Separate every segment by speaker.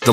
Speaker 1: The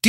Speaker 2: Do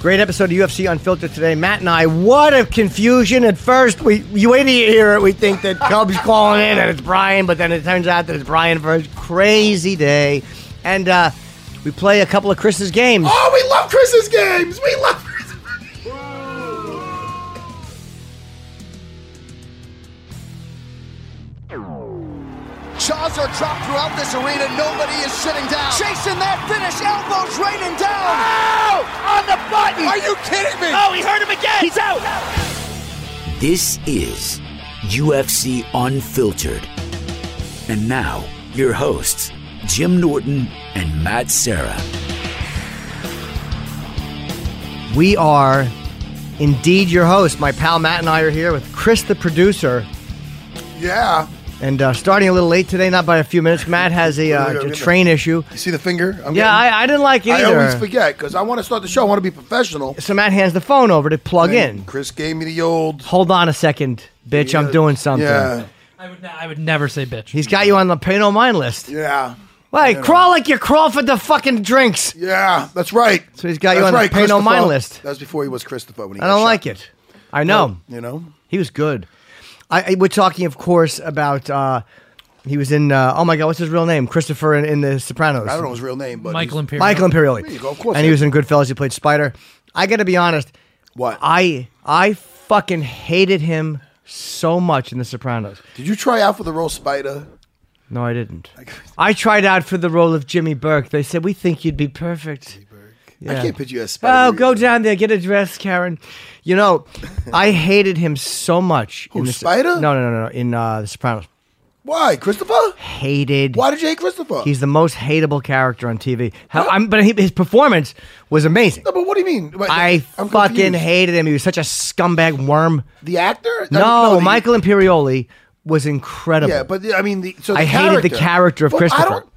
Speaker 3: Great episode of UFC Unfiltered today, Matt and I. What a confusion! At first, we you wait to hear it, we think that Cub's calling in and it's Brian, but then it turns out that it's Brian first. Crazy day, and uh, we play a couple of Chris's games.
Speaker 4: Oh, we love Chris's games. We love Chris's
Speaker 5: Jaws are dropped throughout this arena. Nobody is sitting down. Chasing that finish. Elbows raining down.
Speaker 4: On the button.
Speaker 5: Are you kidding me?
Speaker 4: Oh, he hurt him again. He's out.
Speaker 6: This is UFC Unfiltered. And now, your hosts, Jim Norton and Matt Sarah.
Speaker 3: We are indeed your host. My pal Matt and I are here with Chris, the producer,
Speaker 4: Yeah.
Speaker 3: and uh, starting a little late today, not by a few minutes. Matt has a,
Speaker 4: We're
Speaker 3: uh,
Speaker 4: gonna
Speaker 3: a
Speaker 4: get
Speaker 3: train issue.
Speaker 4: You see the finger? I'm
Speaker 3: Yeah, I, I didn't like it
Speaker 4: I
Speaker 3: either.
Speaker 4: always forget because I want to start the show. I want to be professional.
Speaker 3: So Matt hands the phone over to plug in.
Speaker 4: Chris gave me the old.
Speaker 3: Hold on a second, bitch. I'm doing something.
Speaker 4: Yeah.
Speaker 7: I would, ne- I would never say bitch.
Speaker 3: He's got you on the pay no mind list.
Speaker 4: Yeah.
Speaker 3: Like, crawl like you crawl for the fucking drinks.
Speaker 4: Yeah. That's right.
Speaker 3: So he's got
Speaker 4: that's
Speaker 3: you on the
Speaker 4: right,
Speaker 3: pay no
Speaker 4: Christopher.
Speaker 3: mind list.
Speaker 4: That's before he was Christopher. When he
Speaker 3: I don't like it. I know.
Speaker 4: You know.
Speaker 3: He was good. I, I- we're talking, of course, about uh, he was in, uh, oh my God, what's his real name? Christopher in, in The Sopranos.
Speaker 4: I don't know his real name, but
Speaker 7: Michael
Speaker 4: he's-
Speaker 7: Imperial.
Speaker 3: Michael Imperioli.
Speaker 4: There you go, of course.
Speaker 3: And he was in Goodfellas. He played Spider. I got to be honest.
Speaker 4: What?
Speaker 3: I I fucking hated him so much in The Sopranos.
Speaker 4: Did you try out for the role Spider?
Speaker 3: No, I didn't. I tried out for the role of Jimmy Burke. They said, We think you'd be perfect.
Speaker 4: I can't picture you as Spider.
Speaker 3: Oh, go down there, get a dress, Karen. You know, I hated him so much.
Speaker 4: Who,
Speaker 3: the-
Speaker 4: Spider?
Speaker 3: No, no, no, no. In uh, The Sopranos,
Speaker 4: Why, Christopher?
Speaker 3: hated.
Speaker 4: Why did you hate Christopher?
Speaker 3: He's the most hateable character on TV. How, I'm, but he, his performance was amazing.
Speaker 4: No, but what do you mean? Wait,
Speaker 3: I
Speaker 4: I'm
Speaker 3: fucking
Speaker 4: confused.
Speaker 3: hated him. He was such a scumbag worm.
Speaker 4: the actor. I mean,
Speaker 3: No,
Speaker 4: the-
Speaker 3: Michael Imperioli was incredible.
Speaker 4: Yeah, but the- I mean, the, so the
Speaker 3: I hated the character of
Speaker 4: But I
Speaker 3: Christopher.
Speaker 4: don't-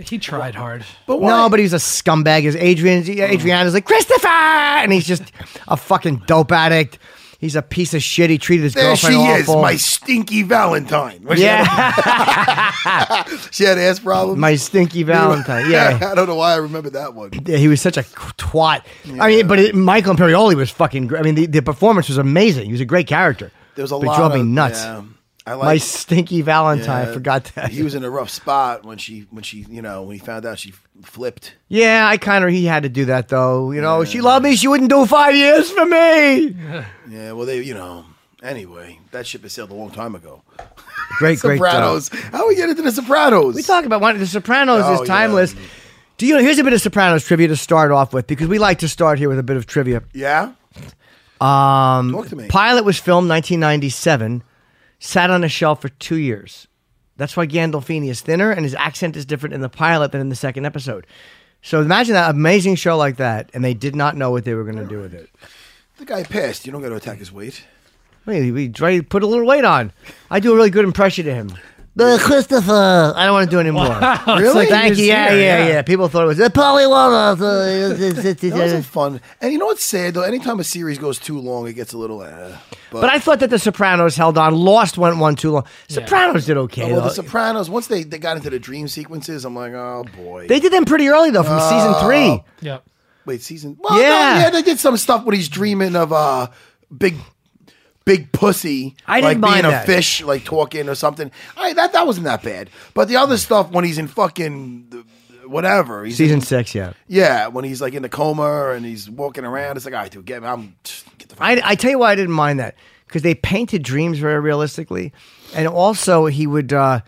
Speaker 7: he tried hard.
Speaker 4: But why?
Speaker 3: No, but he's a scumbag. His Adrian Adriana's like Christopher, and he's just a fucking dope addict. He's a piece of shit. He treated his
Speaker 4: there she
Speaker 3: girlfriend
Speaker 4: is,
Speaker 3: awful.
Speaker 4: my stinky Valentine. What, she had
Speaker 3: yeah,
Speaker 4: a- she had ass problems.
Speaker 3: my stinky Valentine. Yeah.
Speaker 4: I don't know why I remember that one.
Speaker 3: Yeah, he was such a twat. I mean, but it, Michael Imperioli was fucking. Great. I mean, the, the performance was amazing. He was a great character.
Speaker 4: There was a
Speaker 3: but it
Speaker 4: lot
Speaker 3: drove me
Speaker 4: of-
Speaker 3: nuts.
Speaker 4: yeah. I
Speaker 3: my
Speaker 4: like.
Speaker 3: stinky Valentine. I forgot that.
Speaker 4: He was in a rough spot when she, when she, you know, when he found out she flipped.
Speaker 3: yeah, I kind of. He had to do that though. You know, she loved me. She wouldn't do five years for me.
Speaker 4: Yeah, well, they, you know. Anyway, that ship has sailed a long time ago.
Speaker 3: Great, great. job.
Speaker 4: Sopranos. How we get into the Sopranos?
Speaker 3: We talk about one. The Sopranos
Speaker 4: Oh,
Speaker 3: is timeless.
Speaker 4: yeah.
Speaker 3: Do you know? Here's a bit of Sopranos trivia to start off with because we like to start here with a bit of trivia.
Speaker 4: Yeah. Um, Talk to me.
Speaker 3: Pilot was filmed 1997, sat on a shelf for two years. That's why Gandolfini is thinner and his accent is different in the pilot than in the second episode. So imagine that amazing show like that, and they did not know what they were going to do with it.
Speaker 4: the guy passed. You don't got to attack his weight.
Speaker 3: Wait, we try to put a little weight on. I do a really good impression of him. Uh, Christopher, I don't want to do it anymore.
Speaker 4: Really?
Speaker 7: like
Speaker 3: Thank
Speaker 7: he
Speaker 3: you.
Speaker 7: was
Speaker 3: Yeah,
Speaker 7: there,
Speaker 3: yeah, yeah,
Speaker 7: yeah.
Speaker 3: People thought it was uh, Polly Walnuts, uh,
Speaker 4: That wasn't fun. And you know what's sad though? Anytime a series goes too long, it gets a little. Uh, but,
Speaker 3: But I thought that The Sopranos held on. Lost went one too long. Sopranos did okay.
Speaker 4: Oh, well, The
Speaker 3: though.
Speaker 4: Sopranos. Once they, they got into the dream sequences, I'm like, oh boy.
Speaker 3: they did them pretty early though, from season three.
Speaker 7: Yep.
Speaker 4: Wait, season. Well, no,
Speaker 3: Yeah.
Speaker 4: yeah, they did some stuff when he's dreaming of uh, big, big pussy.
Speaker 3: I
Speaker 4: like
Speaker 3: didn't mind
Speaker 4: being
Speaker 3: that.
Speaker 4: a fish, like talking or something. I that that wasn't that bad. But the other stuff when he's in fucking. The, whatever. He's
Speaker 3: Season six, yeah.
Speaker 4: yeah, when he's like in the coma and he's walking around, it's like, all right, dude, get me. I'm get the fuck.
Speaker 3: I, I tell you why I didn't mind that because they painted dreams very realistically, and also he would. Uh,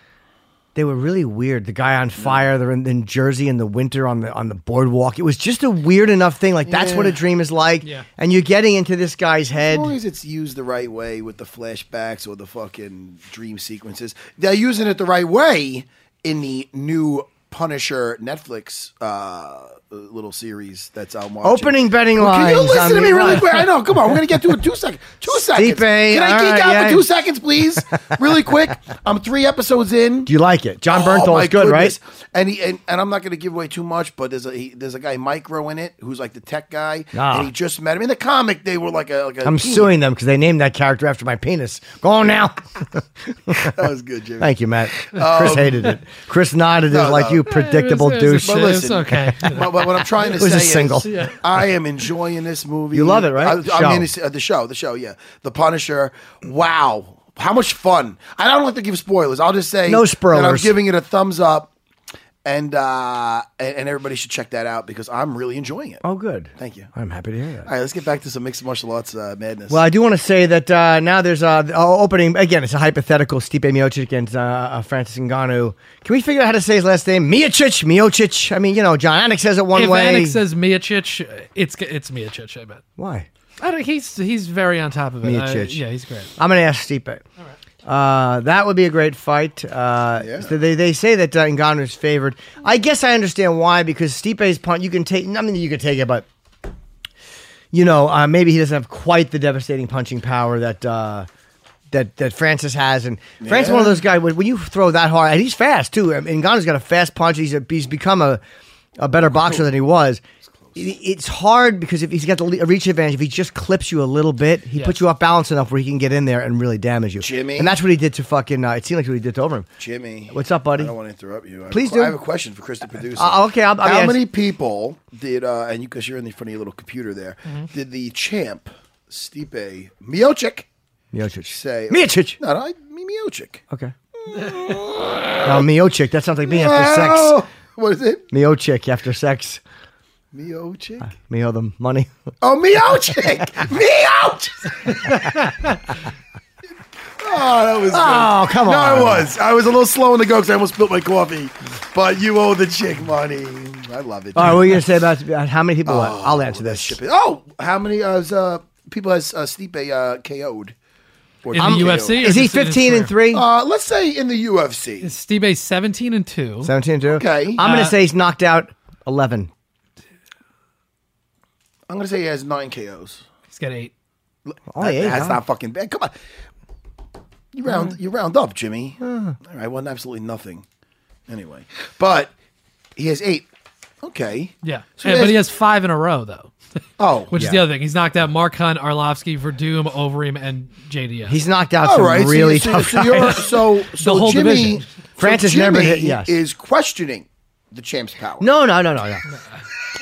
Speaker 3: they were really weird. The guy on fire. They're in, in Jersey in the winter on the on the boardwalk. It was just a weird enough thing. Like that's what a dream is like.
Speaker 7: Yeah.
Speaker 3: And you're getting into this guy's head.
Speaker 4: As long as it's used the right way with the flashbacks or the fucking dream sequences, they're using it the right way in the new Punisher Netflix uh, little series that's out. Watching.
Speaker 3: Opening betting
Speaker 4: Well, Can you
Speaker 3: lines on
Speaker 4: listen to
Speaker 3: the
Speaker 4: me really
Speaker 3: line.
Speaker 4: quick? I know. Come on, we're gonna get to it. Two seconds. Two seconds. Can I
Speaker 3: all
Speaker 4: geek
Speaker 3: right,
Speaker 4: out
Speaker 3: yeah.
Speaker 4: for two seconds, please? Really quick. I'm three episodes in.
Speaker 3: Do you like it? John
Speaker 4: Oh,
Speaker 3: Bernthal
Speaker 4: my
Speaker 3: is good,
Speaker 4: goodness.
Speaker 3: right?
Speaker 4: And he and, and I'm not going to give away too much, but there's a he, there's a guy Micro in it who's like the tech guy,
Speaker 3: Ah.
Speaker 4: and he just met him in the comic. They were like a like a.
Speaker 3: I'm
Speaker 4: team.
Speaker 3: suing them because they named that character after my penis. Go on now.
Speaker 4: That was good, Jimmy.
Speaker 3: Thank you, Matt. Chris hated it. Chris nodded it
Speaker 4: Um, No,
Speaker 3: like
Speaker 4: no.
Speaker 3: you predictable
Speaker 7: it was,
Speaker 3: douche.
Speaker 7: It
Speaker 4: But
Speaker 7: was,
Speaker 4: listen,
Speaker 7: okay.
Speaker 4: but, but what I'm trying to
Speaker 3: was
Speaker 4: say
Speaker 3: a
Speaker 4: is,
Speaker 3: single.
Speaker 4: I am enjoying this movie.
Speaker 3: You love it, right?
Speaker 4: I,
Speaker 3: Show.
Speaker 4: I mean, it's, uh, the show, the show, yeah, The Punisher. Wow, how much fun! I don't like to give spoilers. I'll just say
Speaker 3: No
Speaker 4: that I'm
Speaker 3: spoilers.
Speaker 4: giving it a thumbs up, and uh and, and everybody should check that out because I'm really enjoying it.
Speaker 3: Oh, good.
Speaker 4: Thank you.
Speaker 3: I'm happy to hear that.
Speaker 4: All right, let's get back to some mixed martial arts uh, madness.
Speaker 3: Well, I do want to say that uh, now there's uh, the- uh, opening again. It's a hypothetical Stipe Miocic against uh, uh, Francis Ngannou. Can we figure out how to say his last name? Miocic, Miocic. I mean, you know, John Anik says it one
Speaker 7: if
Speaker 3: way.
Speaker 7: Anik says Miocic, it's it's Miocic. I bet.
Speaker 3: Why?
Speaker 7: I don't, he's he's very on top of it. I-
Speaker 3: Miocic.
Speaker 7: yeah, he's great.
Speaker 3: I'm going to ask Stipe. Uh, that would be a great fight. Uh, so they, they say that uh, Ngannou is favored. I guess I understand why because Stipe's punt you can take. I mean, you can take it, but you know uh, maybe he doesn't have quite the devastating punching power that uh, that that Francis has. And Francis, is one of those guys when, when you throw that hard, and he's fast too. I mean, Ngannou's got a fast punch. He's a, he's become a a better boxer than he was. It- It's hard because if he's got the le- reach advantage, if he just clips you a little bit, he
Speaker 7: Yeah.
Speaker 3: puts you off balance enough where he can get in there and really damage you.
Speaker 4: Jimmy.
Speaker 3: And that's what he did to fucking. Uh, it seemed like what he did to Overeem.
Speaker 4: Jimmy.
Speaker 3: What's up, buddy?
Speaker 4: I don't want to interrupt you. I have a
Speaker 3: Please
Speaker 4: que-
Speaker 3: do.
Speaker 4: I have a question for Chris, the producer.
Speaker 3: Uh, okay, I'll- I'll
Speaker 4: How
Speaker 3: ask-
Speaker 4: many people did, uh, and you, because you're in the front of your little computer there,
Speaker 3: Mm-hmm.
Speaker 4: did the champ, Stipe Miocic,
Speaker 3: Miocic.
Speaker 4: say.
Speaker 3: Miocic!
Speaker 4: No, no, I mean Miocic.
Speaker 3: Okay. now Miocic. That sounds like me after sex.
Speaker 4: Oh, What is it?
Speaker 3: Miocic after sex.
Speaker 4: Miocic?
Speaker 3: Me owe them money.
Speaker 4: Oh, Miocic! Miocic! oh, that was good.
Speaker 3: Oh, come
Speaker 4: No,
Speaker 3: on.
Speaker 4: I was. I was a little slow on the go because I almost spilled my coffee. But you owe the chick money. I love it.
Speaker 3: All right, what are you gonna say about, about how many people?
Speaker 4: Oh,
Speaker 3: I'll answer this.
Speaker 4: Ship it. Oh, how many uh, is, uh, people has uh, Stipe uh, KO'd? Or
Speaker 7: In the UFC,
Speaker 3: Is he fifteen and three?
Speaker 4: Uh, let's say in the UFC.
Speaker 7: Stipe seventeen and two.
Speaker 3: Seventeen and two. Uh,
Speaker 4: Okay.
Speaker 3: I'm gonna say he's knocked out eleven.
Speaker 4: I'm going to say he has nine KOs.
Speaker 7: He's got eight.
Speaker 3: Only eight.
Speaker 4: That's
Speaker 3: huh?
Speaker 4: not fucking bad. Come on. You round, you round up, Jimmy.
Speaker 3: Uh.
Speaker 4: All right, won absolutely nothing. Anyway, but he has eight. Okay.
Speaker 7: Yeah,
Speaker 4: So
Speaker 7: Yeah,
Speaker 4: he
Speaker 7: but
Speaker 4: has-
Speaker 7: he has five in a row though,
Speaker 4: Oh,
Speaker 7: which is the other thing. He's knocked out Mark Hunt, Arlovsky, Verdum, Overeem, and JDS.
Speaker 3: He's knocked out
Speaker 4: All
Speaker 3: some
Speaker 4: right. so you-
Speaker 3: really
Speaker 4: so,
Speaker 3: tough
Speaker 4: so,
Speaker 3: guys.
Speaker 4: you're, so, so
Speaker 7: whole
Speaker 4: Jimmy,
Speaker 7: division.
Speaker 4: so
Speaker 3: Francis never
Speaker 4: Jimmy
Speaker 3: hit- yes.
Speaker 4: is questioning the champ's power.
Speaker 3: No, no, no, no, no.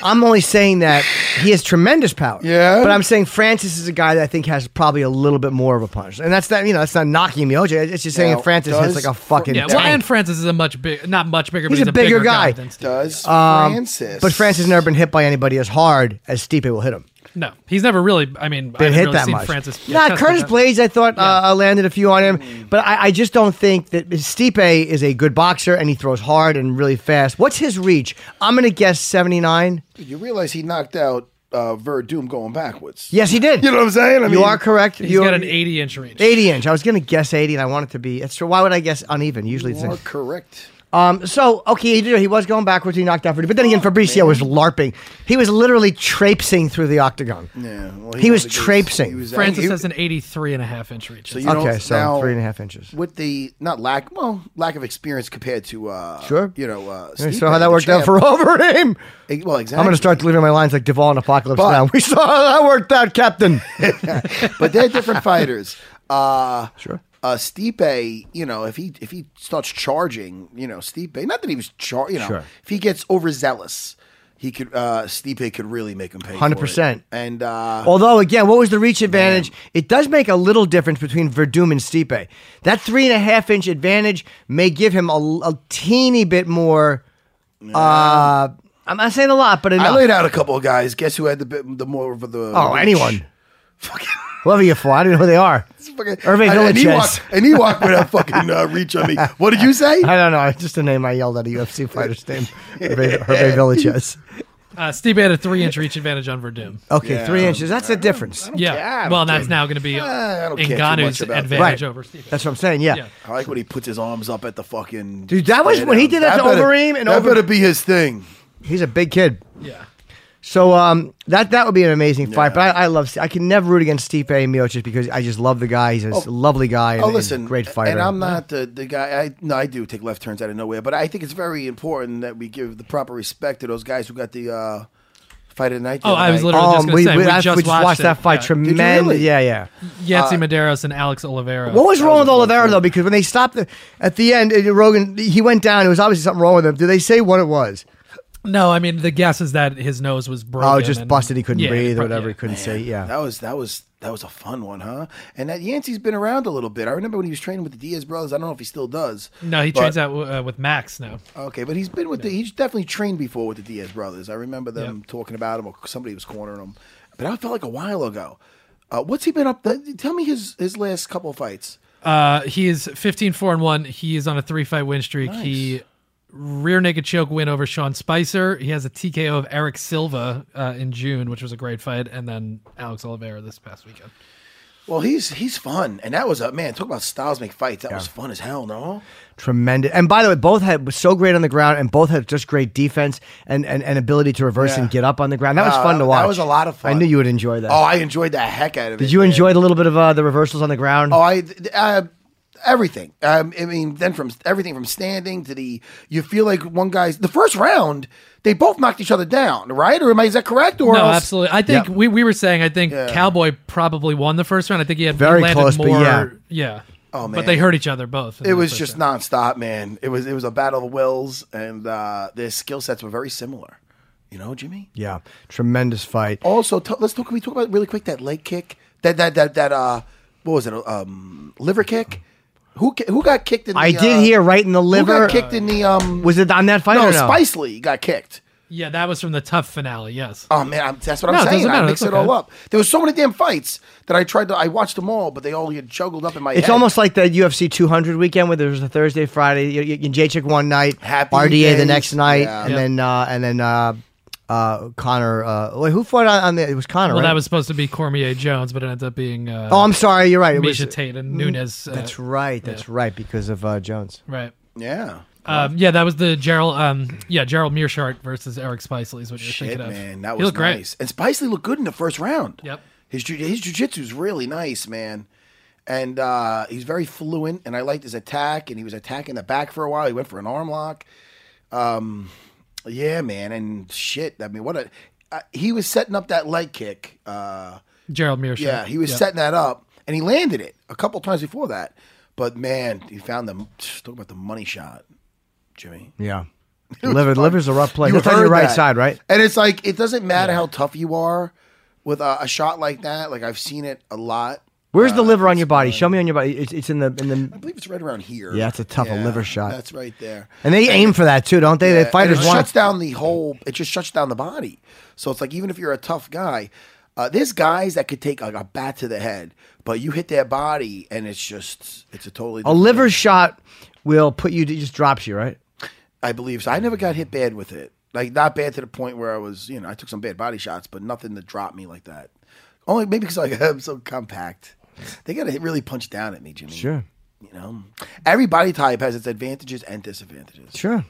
Speaker 3: I'm only saying that he has tremendous power.
Speaker 4: Yeah.
Speaker 3: But I'm saying Francis is a guy that I think has probably a little bit more of a punch, and that's that. You know, that's not knocking Miocic. It's just saying
Speaker 4: Now,
Speaker 3: that Francis hits
Speaker 4: does-
Speaker 3: like a fucking.
Speaker 7: yeah,
Speaker 3: tank.
Speaker 7: well, and Francis is a much big, not much bigger, but
Speaker 3: He's
Speaker 7: he's
Speaker 3: a
Speaker 7: a
Speaker 3: bigger guy.
Speaker 7: than Stipe.
Speaker 4: Does Francis?
Speaker 3: Um, but Francis has never been hit by anybody as hard as Stipe will hit him.
Speaker 7: No, he's never really. I mean, I
Speaker 3: been
Speaker 7: haven't
Speaker 3: hit
Speaker 7: really
Speaker 3: that
Speaker 7: seen
Speaker 3: much.
Speaker 7: Francis.
Speaker 3: Nah,
Speaker 7: yeah,
Speaker 3: Curtis
Speaker 7: that-
Speaker 3: Blades, I thought uh, uh, landed a few on
Speaker 4: Mm.
Speaker 3: him, but I, I just don't think that Stipe is a good boxer and he throws hard and really fast. What's his reach? I'm gonna guess 79.
Speaker 4: You realize he knocked out uh, Verdum going backwards.
Speaker 3: Yes, he did.
Speaker 4: You know what I'm saying? I
Speaker 3: You are correct.
Speaker 7: He's
Speaker 3: you
Speaker 7: got
Speaker 3: are-
Speaker 7: an 80 inch reach.
Speaker 3: 80 inch. I was gonna guess 80, and I want it to be. That's true. Why would I guess uneven? Usually it's.
Speaker 4: You are correct.
Speaker 3: Um, so okay, he did. He was going backwards. He knocked out Verdu, but then
Speaker 4: Oh,
Speaker 3: again, Fabricio was larping. He was literally traipsing through the octagon.
Speaker 4: Yeah, well,
Speaker 3: He was
Speaker 4: wanted to-
Speaker 3: traipsing.
Speaker 7: Francis
Speaker 4: he-
Speaker 7: has an 83 and a half inch reach.
Speaker 4: So
Speaker 7: So
Speaker 4: you don't-
Speaker 3: Okay, so
Speaker 4: now,
Speaker 3: three and a half inches.
Speaker 4: With the not lack, well, lack of experience compared to uh,
Speaker 3: Sure.
Speaker 4: you know, uh,
Speaker 3: So
Speaker 4: Stipe,
Speaker 3: how
Speaker 4: the
Speaker 3: that worked out
Speaker 4: champ.
Speaker 3: for Overeem.
Speaker 4: Eh, Well, exactly.
Speaker 3: I'm going to start delivering my lines like Duvall and Apocalypse
Speaker 4: But-
Speaker 3: Now. We saw how that worked out, Captain.
Speaker 4: but they're different fighters. Uh,
Speaker 3: Sure.
Speaker 4: Uh, Stipe, you know, if he if he starts charging, you know, Stipe, not that he was char, you know,
Speaker 3: Sure.
Speaker 4: if he gets overzealous, he could uh, Stipe could really make him pay. for it.
Speaker 3: 100%.
Speaker 4: And uh,
Speaker 3: Although, again, what was the reach advantage? It does make a little difference between Verdum and Stipe. That three and a half inch advantage may give him a, a teeny bit more Uh, I'm not saying a lot, but
Speaker 4: I
Speaker 3: enough.
Speaker 4: laid out a couple of guys. Guess who had the bit, the more of the
Speaker 3: oh,
Speaker 4: reach?
Speaker 3: anyone. Whoever you for, I don't know who they are.
Speaker 4: Fucking-
Speaker 3: Irving
Speaker 4: and, and he
Speaker 3: Villichez.
Speaker 4: walked, and he walked with a fucking uh, reach on me. What did you say?
Speaker 3: I don't know. It's just a name I yelled at a UFC fighter's name. Hervé Hervé Villachez.
Speaker 7: Uh, Steve had a three inch reach advantage on Verdum.
Speaker 3: Okay, three inches. That's the difference.
Speaker 7: Yeah.
Speaker 4: care.
Speaker 7: Well, that's now going to be
Speaker 3: Uh,
Speaker 4: Ah, I don't care too
Speaker 7: Ngannou's
Speaker 4: much about that.
Speaker 7: advantage
Speaker 3: Right.
Speaker 7: over Steve.
Speaker 3: That's what I'm saying. Yeah.
Speaker 7: Yeah.
Speaker 4: I like when he puts his arms up at the fucking.
Speaker 3: Dude, that was- when he did that to
Speaker 4: better-
Speaker 3: Overeem and
Speaker 4: that
Speaker 3: Over-
Speaker 4: better be his thing.
Speaker 3: He's a big kid.
Speaker 7: Yeah.
Speaker 3: So um, that that would be an amazing fight. But I, I love. I can never root against Stipe Miocic because I just love the guy. He's a s- lovely guy. And,
Speaker 4: Oh,
Speaker 3: and
Speaker 4: listen,
Speaker 3: great fighter.
Speaker 4: And I'm not the, the guy. I no, I do take left turns out of nowhere, but I think it's very important that we give the proper respect to those guys who got the uh, fight of the night. the
Speaker 7: Oh,
Speaker 4: other
Speaker 7: I was
Speaker 4: night.
Speaker 7: literally just
Speaker 3: Um,
Speaker 7: going to
Speaker 3: we,
Speaker 7: say
Speaker 3: we,
Speaker 7: we,
Speaker 3: I-
Speaker 7: just, watched, it.
Speaker 3: that fight.
Speaker 7: Yeah.
Speaker 4: you
Speaker 3: Tremendous.
Speaker 4: really?
Speaker 3: Yeah, yeah.
Speaker 7: Yancy Medeiros and Alex Oliveira.
Speaker 3: Uh, What was wrong with Oliveira though? Because when they stopped the, at the end, uh, Rogan he went down. It was obviously something wrong with him. Did they say what it was?
Speaker 7: No, I mean the guess is that his nose was broken.
Speaker 3: Oh, just
Speaker 7: and-
Speaker 3: busted. He couldn't
Speaker 7: Yeah,
Speaker 3: breathe or
Speaker 7: pro-
Speaker 3: whatever.
Speaker 7: yeah.
Speaker 3: He couldn't say. Yeah.
Speaker 4: That was that was that was a fun one, huh? And that Yancey's been around a little bit. I remember when he was training with the Diaz brothers. I don't know if he still does.
Speaker 7: No, he
Speaker 4: but-
Speaker 7: trains out uh, with Max now.
Speaker 4: Okay, but he's been with the he's definitely trained before with the Diaz brothers. I remember them talking about him or somebody was cornering him. But I felt like a while ago. Uh, what's he been up? tell me his his last couple fights.
Speaker 7: Uh, he is 15 4 and 1. He is on a three fight win streak. He rear naked choke win over Sean Spicer. He has a TKO of Eric Silva uh, in June, which was a great fight, and then Alex Oliveira this past weekend.
Speaker 4: Well, he's he's fun, and that was a man. Talk about styles make fights. That was fun as hell. No,
Speaker 3: Tremendous. And by the way, both had was so great on the ground, and both had just great defense and, and, and ability to reverse
Speaker 4: Yeah.
Speaker 3: and get up on the ground. That was
Speaker 4: Wow,
Speaker 3: fun
Speaker 4: that-
Speaker 3: to watch.
Speaker 4: that was a lot of fun.
Speaker 3: I knew you would enjoy that.
Speaker 4: oh, I enjoyed the heck out of it.
Speaker 3: Did you
Speaker 4: man.
Speaker 3: enjoy the little bit of uh, the reversals on the ground?
Speaker 4: Oh, I th- uh, everything. Um, I mean, then from everything from standing to the, you feel like one guy's the first round. They both knocked each other down, right? Or am I is that correct? Or
Speaker 7: No,
Speaker 4: else-
Speaker 7: absolutely. I think we, we were saying I think Cowboy probably won the first round. I think he had he
Speaker 3: Very
Speaker 7: landed
Speaker 3: close, but
Speaker 7: more.
Speaker 3: yeah.
Speaker 7: yeah.
Speaker 4: Oh, man.
Speaker 7: But they hurt each other both. in
Speaker 4: It
Speaker 7: the
Speaker 4: was
Speaker 7: first
Speaker 4: just
Speaker 7: round.
Speaker 4: nonstop, man. It was it was a battle of wills, and uh, their skill sets were very similar. You know, Jimmy.
Speaker 3: Yeah, tremendous fight.
Speaker 4: Also, t- let's talk. Can we talk about really quick that leg kick? That that that that uh, what was it? Um, liver kick. Who ki- who got kicked in? The,
Speaker 3: I
Speaker 4: uh,
Speaker 3: did hear right in the
Speaker 4: Who
Speaker 3: liver.
Speaker 4: got kicked in the um?
Speaker 3: Was it on that fight?
Speaker 4: no,
Speaker 3: or no?
Speaker 4: Spice Lee got kicked.
Speaker 7: Yeah, that was from the tough finale. Yes.
Speaker 4: Oh man, I'm, that's what
Speaker 7: No, it
Speaker 4: I'm saying.
Speaker 7: doesn't
Speaker 4: I
Speaker 7: matter.
Speaker 4: mixed
Speaker 7: That's
Speaker 4: it all
Speaker 7: okay.
Speaker 4: up. There was so many damn fights that I tried to. I watched them all, but they all get juggled up in my.
Speaker 3: It's
Speaker 4: head.
Speaker 3: almost like the UFC 200 weekend where there was a Thursday, Friday, you, you, Jacek one night,
Speaker 4: Happy
Speaker 3: RDA the
Speaker 4: days.
Speaker 3: next night,
Speaker 4: Yeah.
Speaker 3: and
Speaker 7: Yep.
Speaker 3: then uh, and then uh, uh, Connor. Uh, wait, who fought on, on the? It was Connor.
Speaker 7: Well,
Speaker 3: right?
Speaker 7: that was supposed to be Cormier Jones, but it ended up being uh,
Speaker 3: Oh, I'm sorry. You're right. It
Speaker 7: Misha
Speaker 3: was.
Speaker 7: Tate and
Speaker 4: Mm,
Speaker 7: Nunes. uh,
Speaker 3: That's right. That's right. Because of uh, Jones.
Speaker 7: right.
Speaker 4: yeah.
Speaker 7: Um, yeah, that was the Gerald. Um, yeah, Gerald Mearshart versus Eric Spicely is what you're
Speaker 4: Shit,
Speaker 7: thinking of.
Speaker 4: man, that
Speaker 7: He
Speaker 4: was
Speaker 7: looked great.
Speaker 4: nice. And Spice Lee looked good in the first round.
Speaker 7: Yep.
Speaker 4: His ju- his jujitsu's really nice, man. And uh, he's very fluent, and I liked his attack. And he was attacking the back for a while. He went for an arm lock. Um, yeah, man, and shit. I mean, what a uh, he was setting up that leg kick. Uh,
Speaker 7: Gerald Mearshart.
Speaker 4: Yeah, he was setting that up, and he landed it a couple times before that. But man, he found the talk about the money shot, Jimmy.
Speaker 3: Yeah. Liver, liver's a rough play.
Speaker 4: You
Speaker 3: That's on your
Speaker 4: heard
Speaker 3: right
Speaker 4: that.
Speaker 3: side, right?
Speaker 4: And it's like it doesn't matter how tough you are with a, a shot like that. Like I've seen it a lot.
Speaker 3: Where's
Speaker 4: Uh,
Speaker 3: the liver on your body? Show me on your body. It's, it's in the in the.
Speaker 4: I believe it's right around here.
Speaker 3: Yeah, it's a tough- a liver shot.
Speaker 4: That's right there.
Speaker 3: And they aim for that too, don't they?
Speaker 4: Yeah,
Speaker 3: the
Speaker 4: and
Speaker 3: fighters
Speaker 4: it
Speaker 3: want.
Speaker 4: shuts down the whole. It just shuts down the body. So it's like even if you're a tough guy, uh, there's guys that could take like a bat to the head, but you hit their body and it's just it's a totally
Speaker 3: a
Speaker 4: different
Speaker 3: liver
Speaker 4: thing.
Speaker 3: shot will put you. It just drops you, right?
Speaker 4: I believe so. I never got hit bad with it. Like not bad to the point where I was, you know, I took some bad body shots, but nothing that dropped me like that. Only maybe because like I'm so compact. They gotta hit- really punch down at me, Jimmy.
Speaker 3: Sure.
Speaker 4: You know, every body type has its advantages and disadvantages.
Speaker 3: Sure.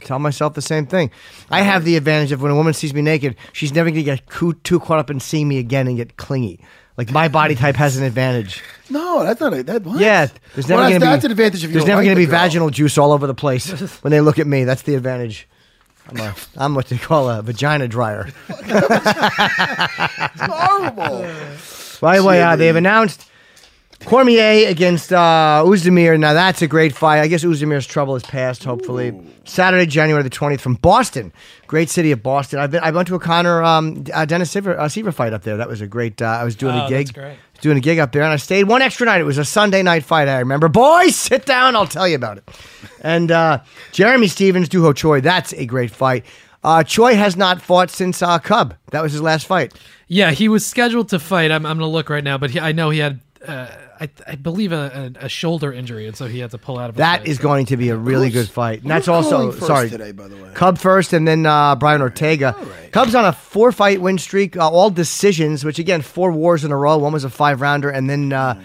Speaker 3: Tell myself the same thing. I have the advantage of when a woman sees me naked, she's never going to get coo- too caught up in seeing me again and get clingy. Like my body type has an advantage.
Speaker 4: No, that's not a that. What?
Speaker 3: Yeah, there's never
Speaker 4: well,
Speaker 3: going
Speaker 4: that's,
Speaker 3: to be
Speaker 4: that's an advantage if you
Speaker 3: there's
Speaker 4: don't
Speaker 3: never
Speaker 4: like
Speaker 3: going to
Speaker 4: the
Speaker 3: be
Speaker 4: girl.
Speaker 3: vaginal juice all over the place when they look at me. That's the advantage. I'm a, I'm what they call a vagina dryer.
Speaker 4: It's horrible.
Speaker 3: By the way, uh,
Speaker 4: Jimmy.
Speaker 3: they've announced Cormier against uh, Uzdemir. Now that's a great fight. I guess Uzdemir's trouble is past. Hopefully, Saturday, January the twentieth, from Boston, great city of Boston. I've been. I went to a Connor um, uh, Dennis Seaver, uh, Seaver fight up there. That was a great. Uh, I was doing a
Speaker 7: Oh,
Speaker 3: gig.
Speaker 7: that's great.
Speaker 3: Doing a gig up there, and I stayed one extra night. It was a Sunday night fight. I remember. Boys, sit down. I'll tell you about it. And uh, Jeremy Stevens, Duho Choi. That's a great fight. Uh, Choi has not fought since uh, Cub. That was his last fight.
Speaker 7: Yeah, he was scheduled to fight. I'm, I'm going to look right now, but he, I know he had, uh, I, I believe, a, a, a shoulder injury, and so he had to pull out of.
Speaker 3: That
Speaker 7: a
Speaker 3: is going to be a really good fight. And
Speaker 4: who's
Speaker 3: that's also
Speaker 4: calling first
Speaker 3: sorry.
Speaker 4: today, by the way?
Speaker 3: Cub first, and then uh, Brian Ortega. Cub's on a four-fight win streak, uh, all decisions. Which again, four wars in a row. One was a five-rounder, and then uh,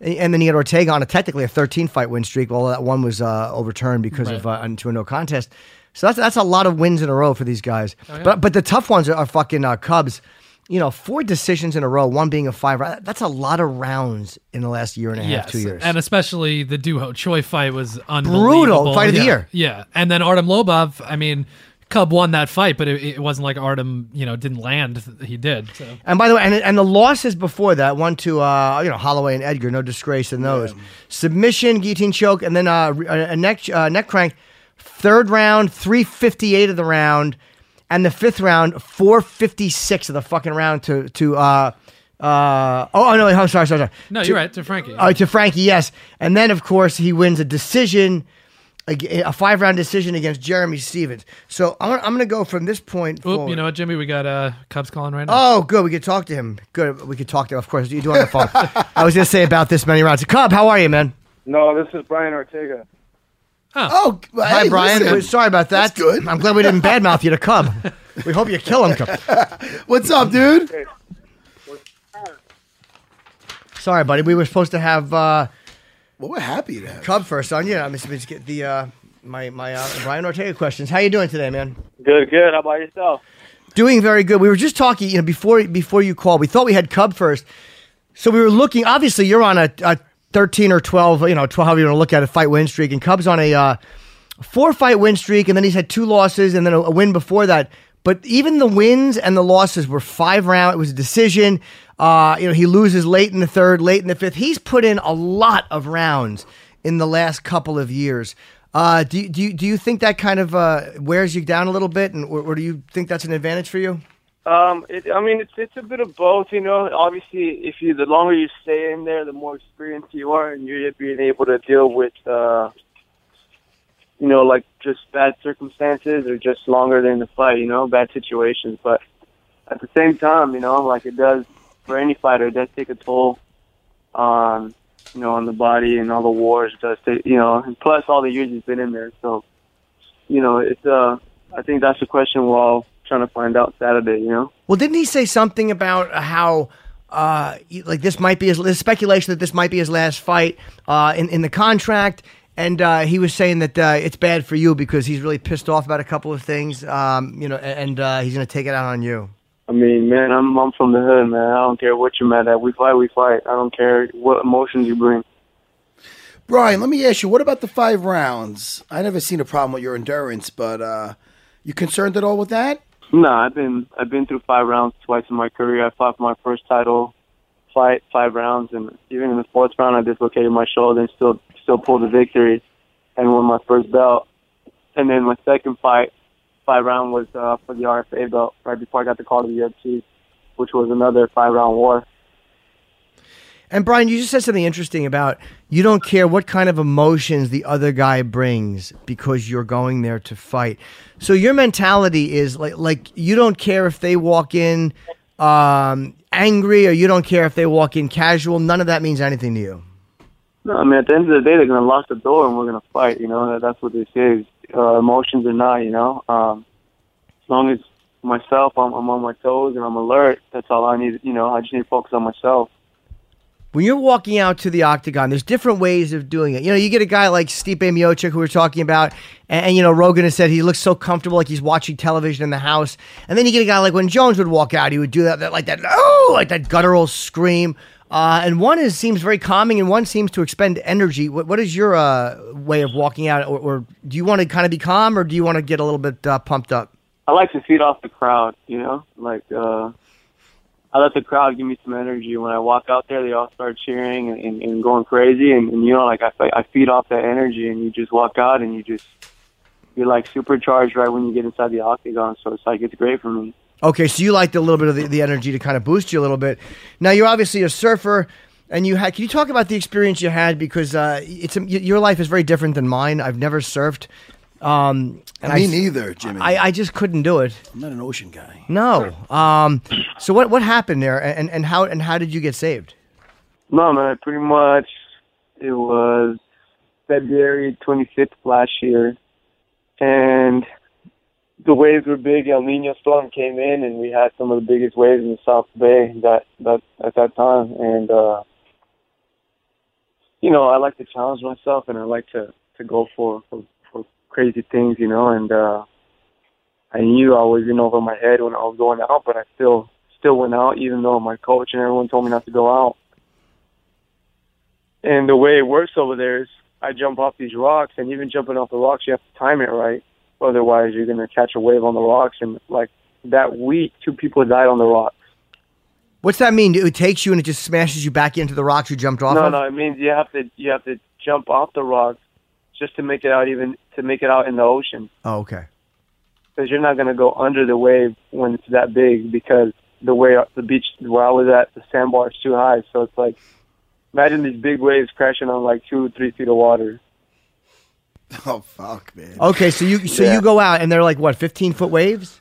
Speaker 4: Mm.
Speaker 3: and then he had Ortega on a technically a thirteen-fight win streak. Well, that one was uh, overturned because of uh, into a no contest. So that's that's a lot of wins in a row for these guys.
Speaker 7: Oh,
Speaker 3: But but the tough ones are, are fucking uh, Cubs. You know, four decisions in a row, one being a five. That's a lot of rounds in the last year and a half,
Speaker 7: Yes,
Speaker 3: two years.
Speaker 7: and especially the Duho Choi fight was unbelievable.
Speaker 3: Brutal fight of the
Speaker 7: Yeah,
Speaker 3: year.
Speaker 7: Yeah, and then Artem Lobov. I mean, Cub won that fight, but it, it wasn't like Artem, you know, didn't land. He did. So.
Speaker 3: And by the way, and, and the losses before that, one to uh, you know Holloway and Edgar, no disgrace in those. Submission, guillotine choke, and then uh, re- a, a neck uh, neck crank. Third round, three fifty eight of the round, and the fifth round, four fifty six of the fucking round to to. Uh, uh, oh, oh no! I'm sorry, sorry, sorry.
Speaker 7: No,
Speaker 3: To-
Speaker 7: you're right. To Frankie.
Speaker 3: uh, to Frankie, yes. And then, of course, he wins a decision, a, five round decision against Jeremy Stevens. So I'm, I'm going to go from this point.
Speaker 7: Oop,
Speaker 3: forward.
Speaker 7: you know what, Jimmy? We got uh, Cubs calling right now.
Speaker 3: Oh, good. We could talk to him. Good. We could talk to him. Of course, you do on the phone. I was going to say about this many rounds. Cub, how are you, man?
Speaker 8: No, Oh, this is Brian Ortega.
Speaker 4: Oh, hey,
Speaker 3: Hi, Brian.
Speaker 4: listen.
Speaker 3: We're Sorry about that.
Speaker 4: That's good.
Speaker 3: I'm glad we didn't badmouth you to Cub. We hope you kill him, Cub.
Speaker 4: What's up, dude?
Speaker 3: Sorry, buddy. We were supposed to have uh,
Speaker 4: Well, we're happy to have.
Speaker 3: Cub first on you. I'm just going to get the uh, my my uh, Brian Ortega questions. How you doing today, man?
Speaker 8: Good, good. How about yourself?
Speaker 3: Doing very good. We were just talking, you know, before before you called. We thought we had Cub first, so we were looking. Obviously, you're on a, a 13 or 12, you know, 12. However you want to look at a fight win streak, and Cub's on a uh, four fight win streak, and then he's had two losses, and then a, a win before that. But even the wins and the losses were five round. It was a decision. Uh, you know, he loses late in the third, late in the fifth. He's put in a lot of rounds in the last couple of years. Uh, do, you- do you do you think that kind of uh, wears you down a little bit, and or, or do you think that's an advantage for you?
Speaker 8: Um, it, I mean, it's it's a bit of both, you know. Obviously, if you the longer you stay in there, the more experienced you are, and you're being able to deal with, uh, you know, like just bad circumstances or just longer than the fight, you know, bad situations. But at the same time, you know, like it does for any fighter, it does take a toll on, you know, on the body and all the wars. It does take, you know, and plus all the years he's been in there, so you know, it's uh, I think that's the question we're all trying to find out Saturday, you know.
Speaker 3: Well, didn't he say something about how uh, you- like this might be his there's speculation that this might be his last fight uh, in in the contract, and uh, he was saying that uh, it's bad for you because he's really pissed off about a couple of things, um, you know, a- and uh, he's going to take it out on you.
Speaker 8: I mean, man, I'm I'm from the hood, man. I don't care what you're mad at. We fight, we fight. I don't care what emotions you bring.
Speaker 4: Brian, let me ask you, what about the five rounds? I never seen a problem with your endurance, but uh, you concerned at all with that?
Speaker 8: Nah, I've been I've been through five rounds twice in my career. I fought for my first title, fight five rounds, and even in the fourth round, I dislocated my shoulder and still still pulled the victory, and won my first belt. And then my second fight, five round was uh, for the RFA belt right before I got the call to the UFC, which was another five round war.
Speaker 3: And Brian, you just said something interesting about you don't care what kind of emotions the other guy brings because you're going there to fight. So your mentality is like like you don't care if they walk in um, angry or you don't care if they walk in casual. None of that means anything to you.
Speaker 8: No, I mean, at the end of the day, they're going to lock the door and we're going to fight. You know, That- that's what they say. is, Uh, emotions or not, you know. Um, as long as myself, I'm, I'm on my toes and I'm alert. That's all I need. You know, I just need to focus on myself.
Speaker 3: when you're walking out to the octagon, there's different ways of doing it. You know, you get a guy like Stipe Miocic, who we are talking about, and, and, you know, Rogan has said he looks so comfortable, like he's watching television in the house. And then you get a guy like when Jones would walk out, he would do that, that like that, oh, like that guttural scream. Uh, and one is seems very calming, and one seems to expend energy. What, what is your uh, way of walking out, or, or do you want to kind of be calm, or do you want to get a little bit uh, pumped up?
Speaker 8: I like to feed off the crowd, you know, like, uh, I, I let the crowd give me some energy. When I walk out there, they all start cheering and, and, and going crazy. And, and you know, like I, fe- I feed off that energy, and you just walk out and you just you're like supercharged right when you get inside the octagon. So it's like it's great for me.
Speaker 3: Okay, so you liked a little bit of the, the energy to kind of boost you a little bit. Now you're obviously a surfer, and you had. Can you talk about the experience you had because uh, it's a, y- your life is very different than mine. I've never surfed. Um, and
Speaker 4: Me
Speaker 3: I,
Speaker 4: neither, Jimmy.
Speaker 3: I, I just couldn't do it.
Speaker 4: I'm not an ocean guy.
Speaker 3: No. Um, so what what happened there, and, and how and how did you get saved?
Speaker 8: No, man, I pretty much it was February 25th last year, and the waves were big. El Nino storm came in, and we had some of the biggest waves in the South Bay that that at that time. And uh, you know, I like to challenge myself, and I like to to go for for, for crazy things, you know. And uh, I knew I was in over my head when I was going out, but I still still went out, even though my coach and everyone told me not to go out. And the way it works over there is I jump off these rocks, and even jumping off the rocks, you have to time it right. Otherwise, you're going to catch a wave on the rocks. And like that week, two people died on the rocks.
Speaker 3: What's that mean? It takes you and it just smashes you back into the rocks you jumped off
Speaker 8: No,
Speaker 3: of.
Speaker 8: no, it means you have to you have to jump off the rocks just to make it out even to make it out in the ocean
Speaker 3: Oh, okay.
Speaker 8: because you're not going to go under the wave when it's that big because the way the beach where I was at the sandbar is too high. So it's like imagine these big waves crashing on like two three feet of water.
Speaker 4: Oh fuck, man.
Speaker 3: Okay, so you so
Speaker 8: Yeah.
Speaker 3: you go out and they're like what, fifteen foot waves?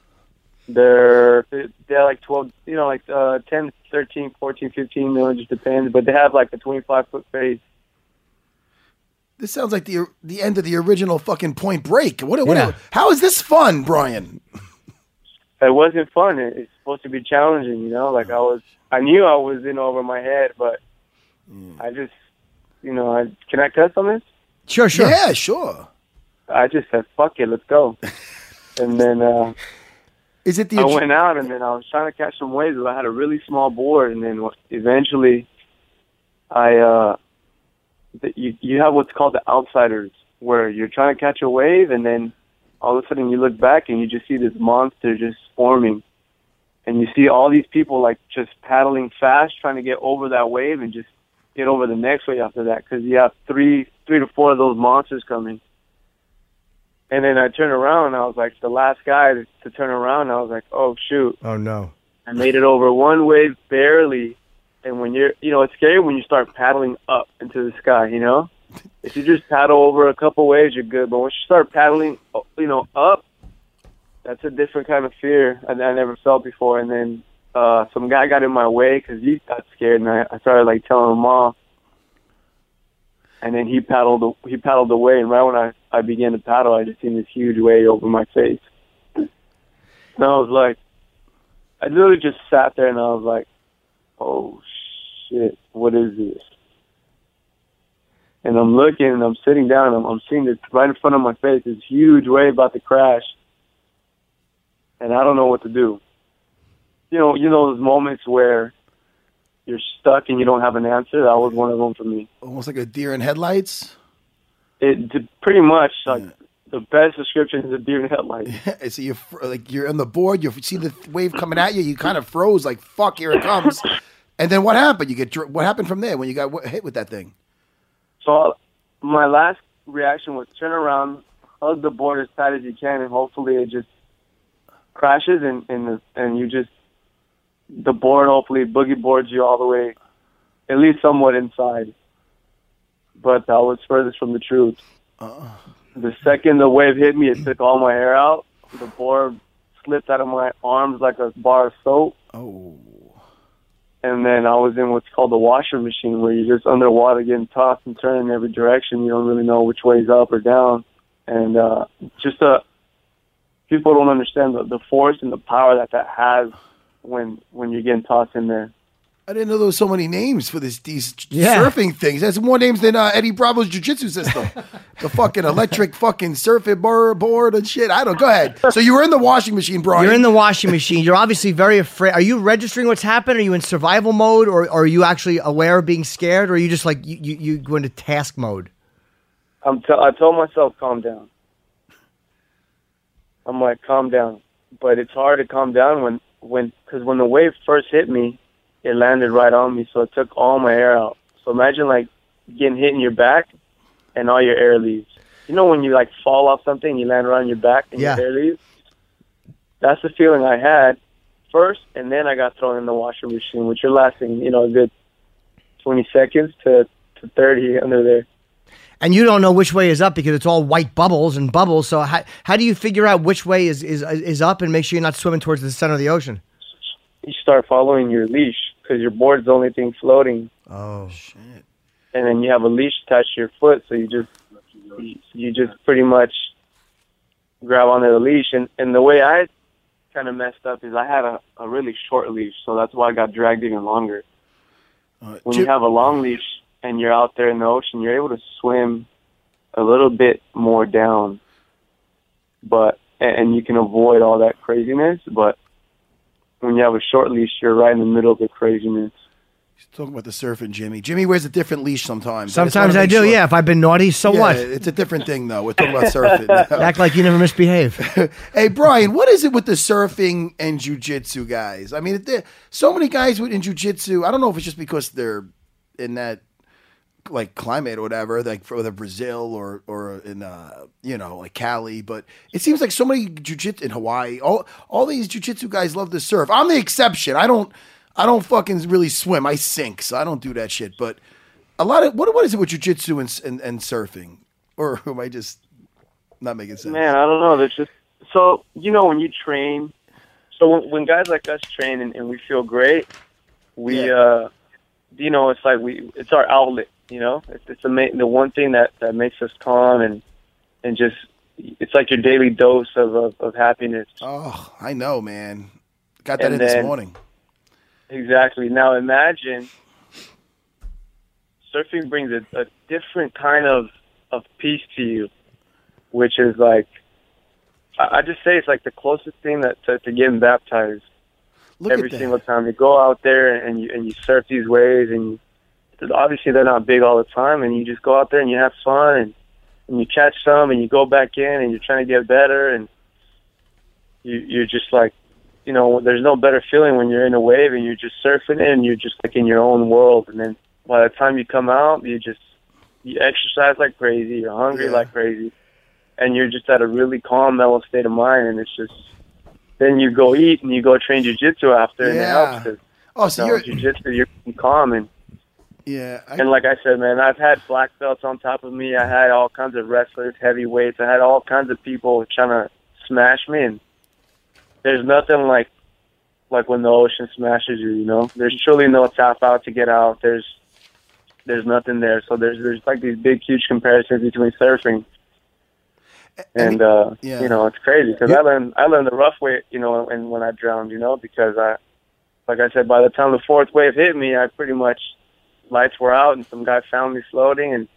Speaker 8: they're they're like 12 you know like uh 10 13 14 15 you know, it just depends but they have like a 25 foot phase
Speaker 4: This sounds like the the end of the original fucking Point Break. What? what
Speaker 3: Yeah.
Speaker 4: how is this fun, Brian?
Speaker 8: it wasn't fun it, it's supposed to be challenging you know like i was i knew i was in over my head but i just you know i can i cuss on this
Speaker 3: Sure, sure.
Speaker 4: Yeah, sure.
Speaker 8: i just said fuck it let's go and then uh
Speaker 4: Is it the?
Speaker 8: I went out and then I was trying to catch some waves, but I had a really small board, and then eventually, I uh, th- you you have what's called the outsiders, where you're trying to catch a wave, and then all of a sudden you look back and you just see this monster just forming, and you see all these people like just paddling fast, trying to get over that wave and just get over the next wave after that, because you have three three to four of those monsters coming. And then I turned around and I was like the last guy to, to turn around. I was like, oh shoot.
Speaker 3: Oh no.
Speaker 8: I made it over one wave barely. And when you're, you know, it's scary when you start paddling up into the sky, you know? If you just paddle over a couple waves, you're good. But once you start paddling, you know, up, that's a different kind of fear that I never felt before. And then uh, some guy got in my way because he got scared, and I, I started like telling him off. And then he paddled, he paddled away, and right when I, I began to paddle, I just seen this huge wave over my face. And I was like, I literally just sat there and I was like, oh shit, what is this? And I'm looking and I'm sitting down and I'm, I'm seeing this right in front of my face, this huge wave about to crash. And I don't know what to do. You know, you know those moments where you're stuck and you don't have an answer. That was one of them for me.
Speaker 4: almost like a deer in headlights.
Speaker 8: It d- pretty much like the best description is a deer in headlights.
Speaker 4: so you're fr- like you're on the board. You see the wave coming at you. You kind of froze. Like fuck, here it comes. And then what happened? You get dr- what happened from there when you got wh- hit with that thing?
Speaker 8: So my last reaction was turn around, hug the board as tight as you can, and hopefully it just crashes and and and you just the board hopefully boogie boards you all the way, at least somewhat inside. But that was furthest from the truth. The second the wave hit me, it took all my hair out. The board slipped out of my arms like a bar of soap
Speaker 4: Oh,
Speaker 8: and then I was in what's called the washer machine, where you're just underwater getting tossed and turned in every direction. You don't really know which way's up or down, and uh, just uh, people don't understand the, the force and the power that that has when when you're getting tossed in there.
Speaker 4: I didn't know there was so many names for this these
Speaker 3: Yeah.
Speaker 4: surfing things. That's more names than uh, Eddie Bravo's jujitsu system. the fucking electric fucking surfing bur- board and shit. I don't. Go ahead. So you were in the washing machine, Brian.
Speaker 3: You're in the washing machine. You're obviously very afraid. Are you registering what's happened? Are you in survival mode, or, or are you actually aware of being scared, or are you just like you, you, you go into task mode?
Speaker 8: I'm t- I told myself calm down. I'm like calm down, but it's hard to calm down when when because when the wave first hit me, it landed right on me, so it took all my air out. So imagine like getting hit in your back, and all your air leaves. You know when you like fall off something, you land right on your back and
Speaker 3: Yeah.
Speaker 8: your air leaves. That's the feeling I had first, and then I got thrown in the washing machine, which are lasting you know a good twenty seconds to to thirty under there.
Speaker 3: and you don't know which way is up because it's all white bubbles and bubbles. So how, how do you figure out which way is, is is up and make sure you're not swimming towards the center of the ocean?
Speaker 8: You start following your leash because your board's the only thing floating.
Speaker 3: Oh,
Speaker 8: and then you have a leash attached to your foot, so you just you, you just pretty much grab onto the leash. And and the way I kind of messed up is I had a, a really short leash, so that's why I got dragged even longer.
Speaker 4: Uh,
Speaker 8: When
Speaker 4: Jim-
Speaker 8: you have a long leash and you're out there in the ocean, you're able to swim a little bit more down, but and and you can avoid all that craziness. But when you have a short leash, you're right in the middle of the craziness.
Speaker 4: He's talking about the surfing, Jimmy. Jimmy wears a different leash sometimes. just
Speaker 3: sometimes
Speaker 4: wanna
Speaker 3: I
Speaker 4: make
Speaker 3: do.
Speaker 4: sure-
Speaker 3: Yeah, if I've been naughty, so
Speaker 4: Yeah,
Speaker 3: what?
Speaker 4: It's a different thing, though. We're talking about surfing.
Speaker 3: Act like you never
Speaker 4: Oh,
Speaker 3: misbehave.
Speaker 4: hey, Brian, what is it with the surfing and jujitsu guys? I mean, there- so many guys with in jujitsu. I don't know if it's just because they're in that like climate or whatever, like for the Brazil or or in uh you know like Cali, but it seems like so many jujitsu in Hawaii. All all these jujitsu guys love to surf. I'm the exception. I don't I don't fucking really swim. I sink, so I don't do that shit. But a lot of what what is it with jujitsu and, and and surfing, or am I just not making sense?
Speaker 8: Man, I don't know. There's just so you know when you train. So when, when guys like us train and, and we feel great, we
Speaker 4: Yeah.
Speaker 8: uh, you know it's like we it's our outlet. You know, it's, it's the ma- the one thing that that makes us calm and and just it's like your daily dose of of, of happiness.
Speaker 4: Oh, I know, man. Got that
Speaker 8: And
Speaker 4: in this
Speaker 8: then-
Speaker 4: morning.
Speaker 8: Exactly. Now imagine surfing brings a, a different kind of of peace to you, which is like I, I just say it's like the closest thing that to, to getting baptized
Speaker 4: Look
Speaker 8: every
Speaker 4: at that.
Speaker 8: single time you go out there and you and you surf these waves and you, obviously they're not big all the time and you just go out there and you have fun and, and you catch some and you go back in and you're trying to get better and you you're just like you know there's no better feeling when you're in a wave and you're just surfing it and you're just like in your own world and then by the time you come out you just you exercise like crazy you're hungry
Speaker 4: Yeah.
Speaker 8: like crazy and you're just at a really calm mellow state of mind and it's just then you go eat and you go train jujitsu after and it
Speaker 4: Yeah.
Speaker 8: helps 'cause,
Speaker 4: Oh, so
Speaker 8: you know,
Speaker 4: you're
Speaker 8: jujitsu you're calm and
Speaker 4: yeah. I,
Speaker 8: and like I said, man, I've had black belts on top of me. I had all kinds of wrestlers, heavyweights. I had all kinds of people trying to smash me. And there's nothing like like when the ocean smashes you. You know, there's truly no tap out to get out. There's there's nothing there. So there's there's like these big, huge comparisons between surfing. And uh,
Speaker 4: yeah.
Speaker 8: you know it's crazy because I learned I learned the rough way, you know, and when I drowned, you know, because I, like I said, by the time the fourth wave hit me, I pretty much lights were out and some guy found me floating and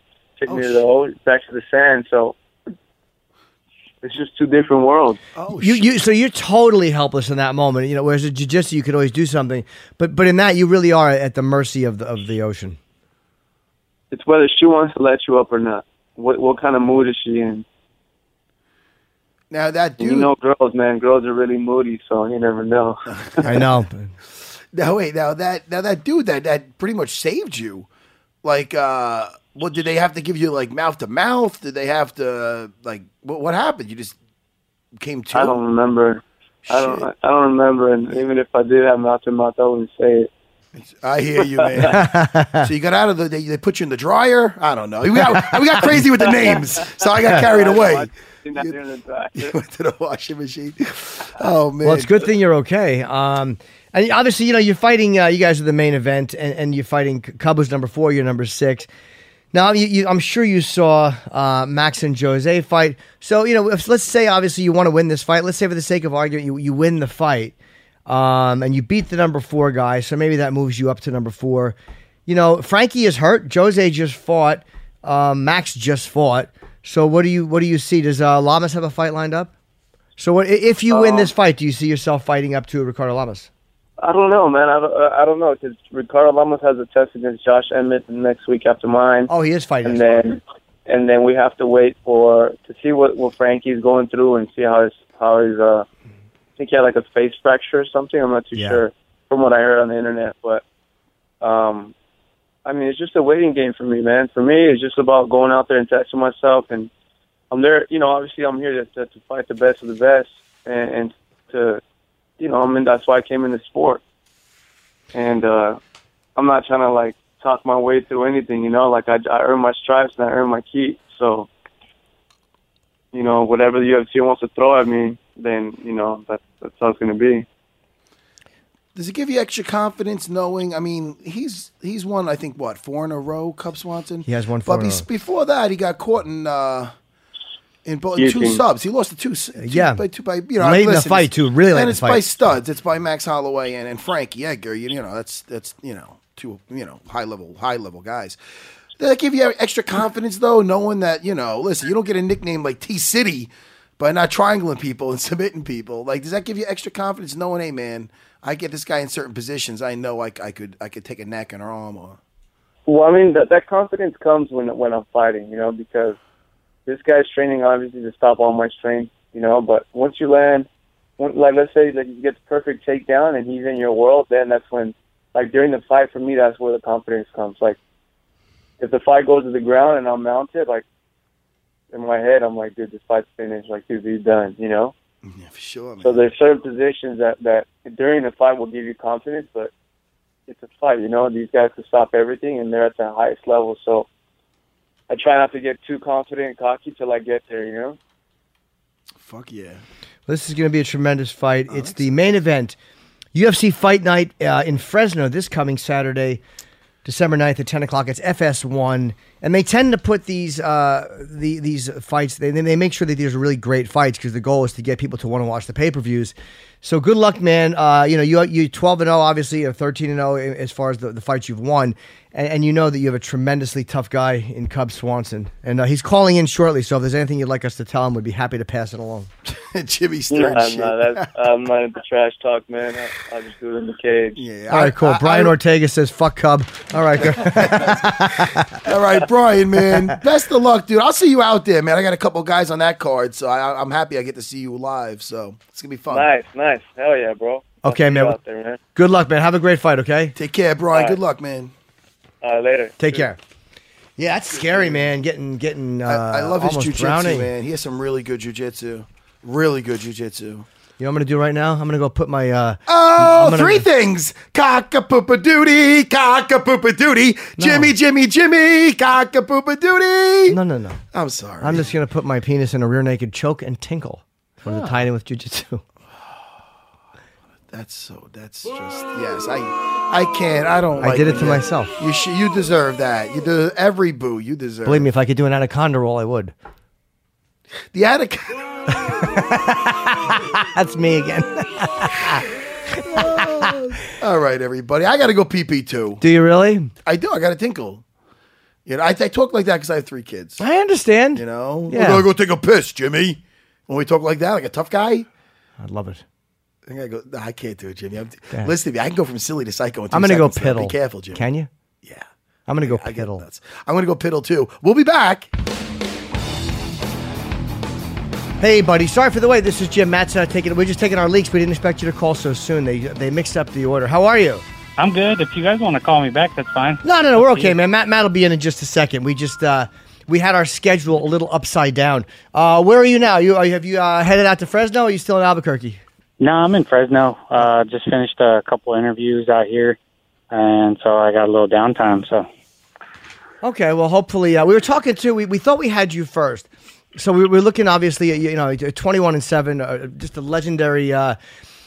Speaker 8: took
Speaker 4: Oh,
Speaker 8: me to
Speaker 4: shit.
Speaker 8: the o- back to the sand. So it's just two different worlds.
Speaker 4: oh,
Speaker 3: You,
Speaker 4: shit.
Speaker 3: you so you're totally helpless in that moment. You know, whereas in jujitsu you could always do something, but but in that you really are at the mercy of the of the ocean.
Speaker 8: It's whether she wants to let you up or not. What what kind of mood is she in?
Speaker 4: now that
Speaker 8: And
Speaker 4: dude.
Speaker 8: you know, girls, man, girls are really moody, so you never know.
Speaker 3: I know.
Speaker 4: now wait. Now that now that dude that that pretty much saved you. Like, uh, what did they have to give you? Like mouth to mouth? Did they have to like what? What happened? You just came to.
Speaker 8: I don't remember. I don't.
Speaker 4: Shit.
Speaker 8: I don't remember. And even if I did have mouth to mouth, I wouldn't say it.
Speaker 4: I hear you, man. so you got out of the. They, they put you in the dryer. I don't know. We got we got crazy with the names, so I got carried away.
Speaker 8: You're not doing it back.
Speaker 4: You went to the washing machine. Oh man.
Speaker 3: Well, it's a good thing you're okay. Um, and obviously, you know, you're fighting. Uh, you guys are the main event, and, and you're fighting Cub was number four. You're number six. Now, you, you, I'm sure you saw uh, Max and Jose fight. So, you know, if, let's say obviously you want to win this fight. Let's say for the sake of argument, you, you win the fight, um, and you beat the number four guy. So maybe that moves you up to number four. You know, Frankie is hurt. Jose just fought. Um, Max just fought. So what do you what do you see? Does uh, Lamas have a fight lined up? So what, i- if you win this fight, do you see yourself fighting up to Ricardo Lamas?
Speaker 8: I don't know, man. I don't, uh, I don't know because Ricardo Lamas has a test against Josh Emmett the next week after mine,
Speaker 3: Oh, he is fighting.
Speaker 8: and then and then we have to wait for to see what what Frankie's going through and see how his how his uh I think he had like a face fracture or something. I'm not too
Speaker 3: Yeah.
Speaker 8: sure from what I heard on the internet, but
Speaker 9: Um, I mean, it's just a waiting game for me, man. For me, it's just about going out there and testing myself. And I'm there, you know, obviously I'm here to, to, to fight the best of the best. And, and to, you know, I mean, that's why I came in the sport. And uh, I'm not trying to, like, talk my way through anything, you know? Like, I, I earn my stripes and I earn my keep. So, you know, whatever the UFC wants to throw at me, then, you know, that, that's how it's going to be.
Speaker 4: Does it give you extra confidence knowing? I mean, he's he's won I think what four in a row, Cub Swanson.
Speaker 3: He has won four
Speaker 4: But
Speaker 3: in a
Speaker 4: bes-
Speaker 3: row.
Speaker 4: before that, he got caught in uh, in both two
Speaker 9: Guillotine.
Speaker 4: subs. He lost the two, s- two
Speaker 3: Yeah.
Speaker 4: by two by you know
Speaker 3: Late in the
Speaker 4: listen,
Speaker 3: fight,
Speaker 4: it's-
Speaker 3: too, really late in
Speaker 4: And
Speaker 3: the
Speaker 4: it's by
Speaker 3: fight.
Speaker 4: studs. It's by Max Holloway and, and Frankie Edgar. You, you know that's that's you know two you know high level high level guys. Does that give you extra confidence though, knowing that you know? Listen, you don't get a nickname like T City by not triangling people and submitting people. Like, does that give you extra confidence knowing, hey man, I get this guy in certain positions. I know I, I could I could take a neck and an arm or
Speaker 9: Well, I mean that that confidence comes when when I'm fighting, you know, because this guy's training obviously to stop all my strength, you know. But once you land, when, like let's say like you get the perfect takedown and he's in your world, then that's when like during the fight for me, that's where the confidence comes. Like if the fight goes to the ground and I'm mounted, like in my head, I'm like, dude, this fight's finished. Like, dude, he's done, you know.
Speaker 4: yeah, for sure. Man.
Speaker 9: So there's certain positions that that during the fight will give you confidence, but it's a fight, you know. These guys can stop everything, and they're at the highest level. So I try not to get too confident and cocky till I get there, you know.
Speaker 4: Fuck yeah.
Speaker 3: This is going to be a tremendous fight. it's the main event, UFC Fight Night uh, in Fresno this coming Saturday, December 9th at 10 o'clock. It's FS1. And they tend to put these uh, the, these fights, they, they make sure that these are really great fights because the goal is to get people to want to watch the pay per views. So good luck, man. Uh, you know, you, you 12 and 0, obviously, or 13 and 0 as far as the, the fights you've won. And, and you know that you have a tremendously tough guy in Cub Swanson. And uh, he's calling in shortly. So if there's anything you'd like us to tell him, we'd be happy to pass it along.
Speaker 4: Jimmy Stern
Speaker 3: Oh,
Speaker 9: No, I'm
Speaker 4: shit.
Speaker 9: not, that's, I'm not into trash talk, man. I, I just do it in the cage.
Speaker 4: yeah.
Speaker 3: All
Speaker 4: I-
Speaker 3: right, cool.
Speaker 4: I-
Speaker 3: Brian
Speaker 4: I-
Speaker 3: Ortega says, fuck Cub. All right, good.
Speaker 4: All right, Brian, man. Best of luck, dude. I'll see you out there, man. I got a couple guys on that card, so I, I'm happy I get to see you live. So it's gonna be fun.
Speaker 9: Nice, nice, hell yeah, bro. I'll
Speaker 3: Okay,
Speaker 9: see you
Speaker 3: man.
Speaker 9: Out there, man.
Speaker 3: good luck, man. Have a great fight, okay?
Speaker 4: Take care, Brian.
Speaker 9: All
Speaker 4: Good
Speaker 9: right.
Speaker 4: luck, man.
Speaker 9: All right, later.
Speaker 3: Take care. Yeah, that's scary, man. Getting, getting, uh,
Speaker 4: I, I love his
Speaker 3: almost
Speaker 4: jujitsu,
Speaker 3: drowning.
Speaker 4: man. He has some really good jujitsu. Really good jujitsu.
Speaker 3: You know what I'm going to do right now? I'm going to go put my, uh,
Speaker 4: Oh,
Speaker 3: I'm gonna-
Speaker 4: three things. Cockapoopa duty, cockapoopa duty. Jimmy, Jimmy, Jimmy, cockapoopa duty.
Speaker 3: no, no, no.
Speaker 4: I'm sorry.
Speaker 3: I'm just going to put my penis in a rear naked choke and tinkle. I'm
Speaker 4: Ah.
Speaker 3: going to tie it in with jujitsu.
Speaker 4: That's so. That's just yes. I I can't. I don't.
Speaker 3: I
Speaker 4: like
Speaker 3: did it
Speaker 4: when
Speaker 3: to
Speaker 4: you-
Speaker 3: myself.
Speaker 4: You sh- you deserve that. You deserve every boo. You deserve.
Speaker 3: Believe me, if I could do an anaconda roll, I would.
Speaker 4: The attic.
Speaker 3: That's me again.
Speaker 4: All right, everybody. I got to go pee pee too.
Speaker 3: do you really?
Speaker 4: I do. I got to tinkle. You know, I, I talk like that because I have three kids.
Speaker 3: I understand.
Speaker 4: You know,
Speaker 3: Yeah.
Speaker 4: I gotta go take a piss, Jimmy. When we talk like that, like a tough guy,
Speaker 3: I love it.
Speaker 4: I gotta go. No, I can't do it, Jimmy. I'm, listen to me. I can go from silly to psycho. In two
Speaker 3: I'm going to go
Speaker 4: seconds now.
Speaker 3: piddle.
Speaker 4: uh, Be careful, Jimmy.
Speaker 3: Can you?
Speaker 4: Yeah.
Speaker 3: I'm going to go
Speaker 4: I get uh,
Speaker 3: piddle.
Speaker 4: nuts. I'm gonna go piddle too. We'll be back.
Speaker 3: Hey, buddy. Sorry for the wait. This is Jim Matza taking. We're just taking our leaks. We didn't expect you to call so soon. They they mixed up the order. How are you?
Speaker 8: I'm good. If you guys want to call me back, that's fine.
Speaker 3: No, no, no. We're okay, man. Matt Matt will be in in just a second. We just uh we had our schedule a little upside down. Uh Where are you now? You are you- have you uh, headed out to Fresno? Or are you still in Albuquerque?
Speaker 8: No, I'm in Fresno. Uh, just finished a couple interviews out here, and so I got a little downtime. So
Speaker 3: Okay. Well, hopefully, uh, we were talking to. We, we thought we had you first, so we were looking obviously. At, you know, twenty-one and seven, uh, just a legendary uh,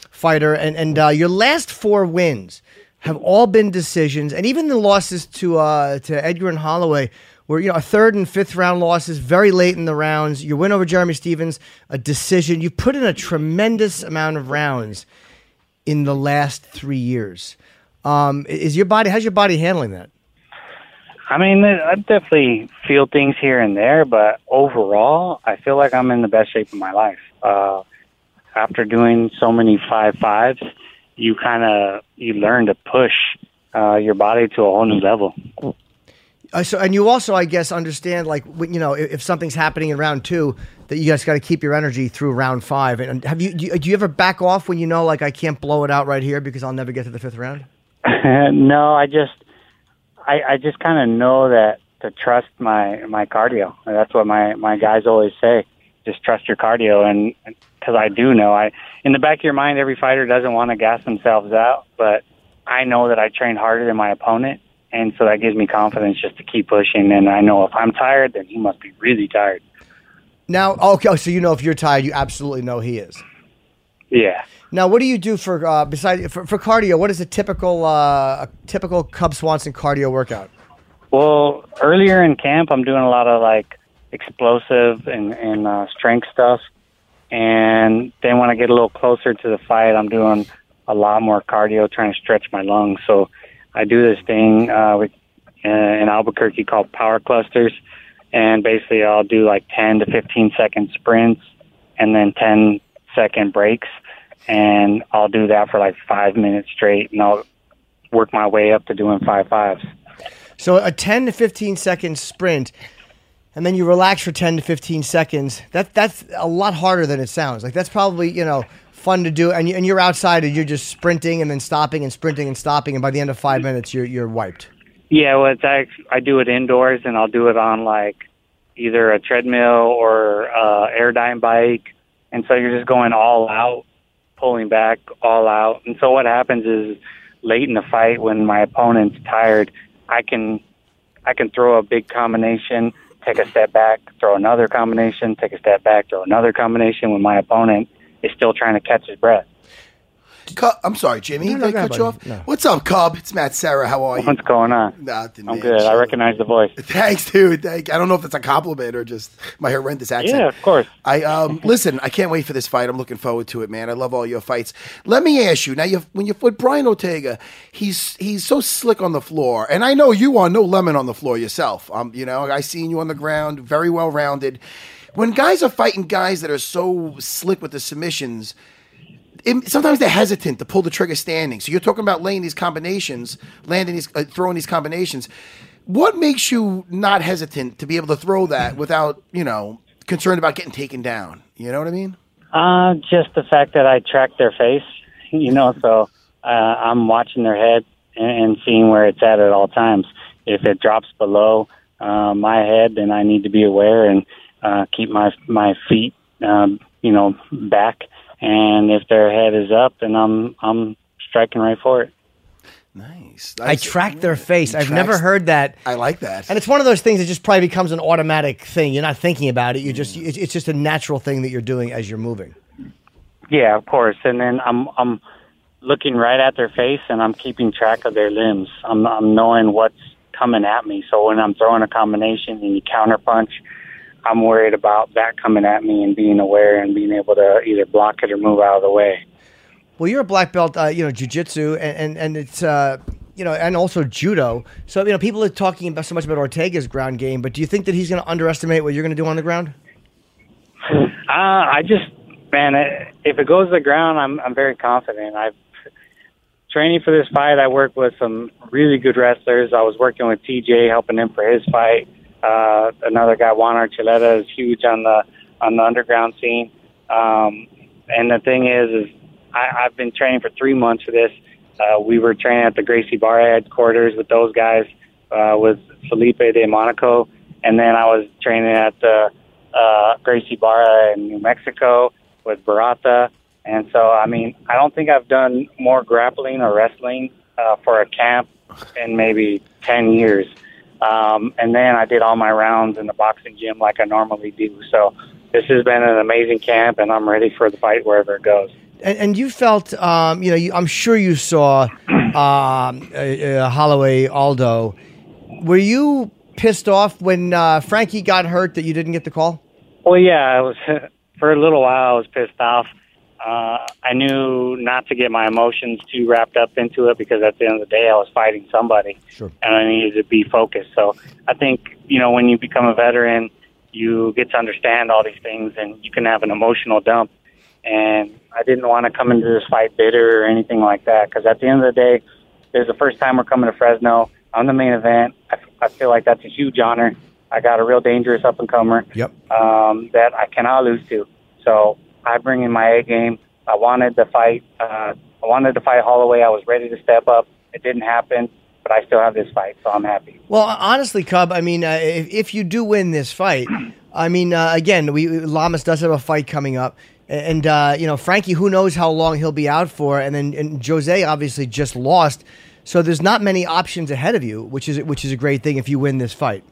Speaker 3: fighter, and and uh, your last four wins have all been decisions, and even the losses to uh, to Edgar and Holloway were you know a third and fifth round losses, very late in the rounds. Your win over Jeremy Stevens, a decision. You put in a tremendous amount of rounds in the last three years. Um, is your body? How's your body handling that?
Speaker 8: I mean, I definitely feel things here and there, but overall, I feel like I'm in the best shape of my life. Uh, after doing so many five fives, you kind of you learn to push uh, your body to a whole new level.
Speaker 3: Uh, so, and you also, I guess, understand like when, you know if, if something's happening in round two, that you guys got to keep your energy through round five. And, and have you do, you do you ever back off when you know like I can't blow it out right here because I'll never get to the fifth round?
Speaker 8: no, I just I, I just kind of know that to trust my my cardio. And That's what my my guys always say. Just trust your cardio, and because I do know, I in the back of your mind, every fighter doesn't want to gas themselves out, but I know that I train harder than my opponent, and so that gives me confidence just to keep pushing. And I know if I'm tired, then he must be really tired.
Speaker 3: Now, oh, okay, so you know if you're tired, you absolutely know he is.
Speaker 8: Yeah.
Speaker 3: Now, what do you do for uh, besides for, for cardio? What is a typical uh, a typical Cub Swanson cardio workout?
Speaker 8: Well, earlier in camp, I'm doing a lot of like explosive and, and uh, strength stuff. And then when I get a little closer to the fight, I'm doing a lot more cardio, trying to stretch my lungs. So I do this thing uh, with, uh, in Albuquerque called power clusters. And basically, I'll do like 10 to 15 second sprints and then 10 second breaks. And I'll do that for like five minutes straight. And I'll work my way up to doing five fives.
Speaker 3: So a 10 to 15 second sprint, and then you relax for 10 to 15 seconds. That that's a lot harder than it sounds. Like that's probably you know fun to do, and you, and you're outside and you're just sprinting and then stopping and sprinting and stopping, and by the end of five minutes you're you're wiped.
Speaker 8: Yeah, well, it's I, I do it indoors, and I'll do it on like either a treadmill or uh, airdyne bike, and so you're just going all out, pulling back all out. And so what happens is late in the fight when my opponent's tired, I can I can throw a big combination, take a step back, throw another combination, take a step back, throw another combination when my opponent is still trying to catch his breath.
Speaker 4: Cub, I'm sorry, Jimmy.
Speaker 3: No, no,
Speaker 4: Did I
Speaker 3: go ahead,
Speaker 4: cut you
Speaker 3: buddy.
Speaker 4: off?
Speaker 3: No.
Speaker 4: What's up, Cub? It's Matt Sarah. How are you?
Speaker 8: What's going on?
Speaker 4: Nothing.
Speaker 8: I'm
Speaker 4: man.
Speaker 8: good. I
Speaker 4: Chill.
Speaker 8: recognize the voice.
Speaker 4: Thanks, dude. Thank. I don't know if it's a compliment or just my horrendous accent.
Speaker 8: Yeah, of course.
Speaker 4: I um listen. I can't wait for this fight. I'm looking forward to it, man. I love all your fights. Let me ask you now. You when you with Brian Ortega, he's he's so slick on the floor, and I know you are no lemon on the floor yourself. Um, you know, I seen you on the ground, very well rounded. When guys are fighting guys that are so slick with the submissions, it, sometimes they're hesitant to pull the trigger standing. So you're talking about laying these combinations, landing these, uh, throwing these combinations. What makes you not hesitant to be able to throw that without, you know, concerned about getting taken down? You know what I mean?
Speaker 8: Uh, just the fact that I track their face, you know, so uh, I'm watching their head and, and seeing where it's at at all times. If it drops below uh, my head, then I need to be aware and uh, keep my my feet, um, you know, back. And if their head is up, then I'm I'm striking right for it.
Speaker 4: Nice.
Speaker 3: I track their face.
Speaker 4: He
Speaker 3: I've never
Speaker 4: tracks-
Speaker 3: heard that.
Speaker 4: I like that.
Speaker 3: And it's one of those things that just probably becomes an automatic thing. You're not thinking about it. You just it's it's just a natural thing that you're doing as you're moving.
Speaker 8: Yeah, of course. And then I'm I'm looking right at their face, and I'm keeping track of their limbs. I'm I'm knowing what's coming at me. So when I'm throwing a combination and you counterpunch, I'm worried about that coming at me and being aware and being able to either block it or move out of the way.
Speaker 3: Well, you're a black belt, uh, you know, jujitsu, and, and and it's uh, you know, and also judo. So you know, people are talking about so much about Ortega's ground game, but do you think that he's going to underestimate what you're going to do on the ground?
Speaker 8: Uh, I just, man, it, if it goes to the ground, I'm I'm very confident. I've training for this fight. I worked with some really good wrestlers. I was working with TJ, helping him for his fight. Uh, another guy, Juan Archuleta, is huge on the on the underground scene. Um, and the thing is, is I, I've been training for three months for this. Uh, we were training at the Gracie Bar headquarters with those guys, uh, with Felipe de Monaco, and then I was training at the uh, Gracie Barra in New Mexico with Barata. And so, I mean, I don't think I've done more grappling or wrestling uh, for a camp in maybe 10 years. Um, and then I did all my rounds in the boxing gym like I normally do. So this has been an amazing camp, and I'm ready for the fight wherever it goes.
Speaker 3: And, and you felt, um, you know, you, I'm sure you saw um, uh, uh, Holloway Aldo. Were you pissed off when uh, Frankie got hurt that you didn't get the call?
Speaker 8: Well, yeah, I was for a little while. I was pissed off. Uh, I knew not to get my emotions too wrapped up into it because at the end of the day, I was fighting somebody,
Speaker 3: Sure.
Speaker 8: and I needed to be focused. So I think you know when you become a veteran, you get to understand all these things, and you can have an emotional dump. And I didn't want to come into this fight bitter or anything like that because at the end of the day, this is the first time we're coming to Fresno. I'm the main event. I, I feel like that's a huge honor. I got a real dangerous up and comer
Speaker 3: Yep.
Speaker 8: um, that I cannot lose to. So I bring in my A game. I wanted to fight. Uh, I wanted to fight Holloway. I was ready to step up. It didn't happen, but but I still have this fight, so I'm happy.
Speaker 3: Well, honestly, Cub, I mean, uh, if, if you do win this fight, I mean, uh, again, we Lamas does have a fight coming up. And, uh, you know, Frankie, who knows how long he'll be out for. And then and Jose obviously just lost. So there's not many options ahead of you, which is which is a great thing if you win this fight.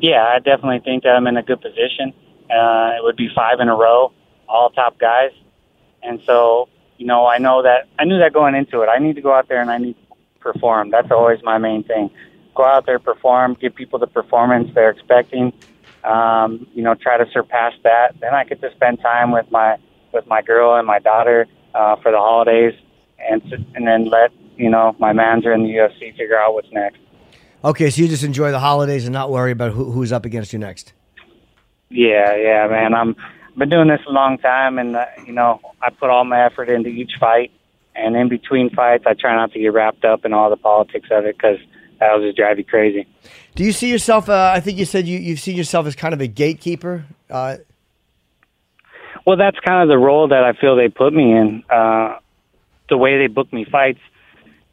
Speaker 8: Yeah, I definitely think that I'm in a good position. Uh, it would be five in a row, all top guys, and so you know I know that I knew that going into it. I need to go out there and I need to perform. That's always my main thing. Go out there, perform, give people the performance they're expecting. Um, you know, try to surpass that. Then I get to spend time with my with my girl and my daughter uh, for the holidays, and s- and then let you know my manager in the UFC figure out what's next.
Speaker 3: Okay, so you just enjoy the holidays and not worry about who, who's up against you next.
Speaker 8: Yeah, yeah, man. I'm been doing this a long time, and uh, you know, I put all my effort into each fight, and in between fights, I try not to get wrapped up in all the politics of it because that'll just drive you crazy.
Speaker 3: Do you see yourself? Uh, I think you said you, you've seen yourself as kind of a gatekeeper. Uh,
Speaker 8: Well, that's kind of the role that I feel they put me in. Uh, the way they book me fights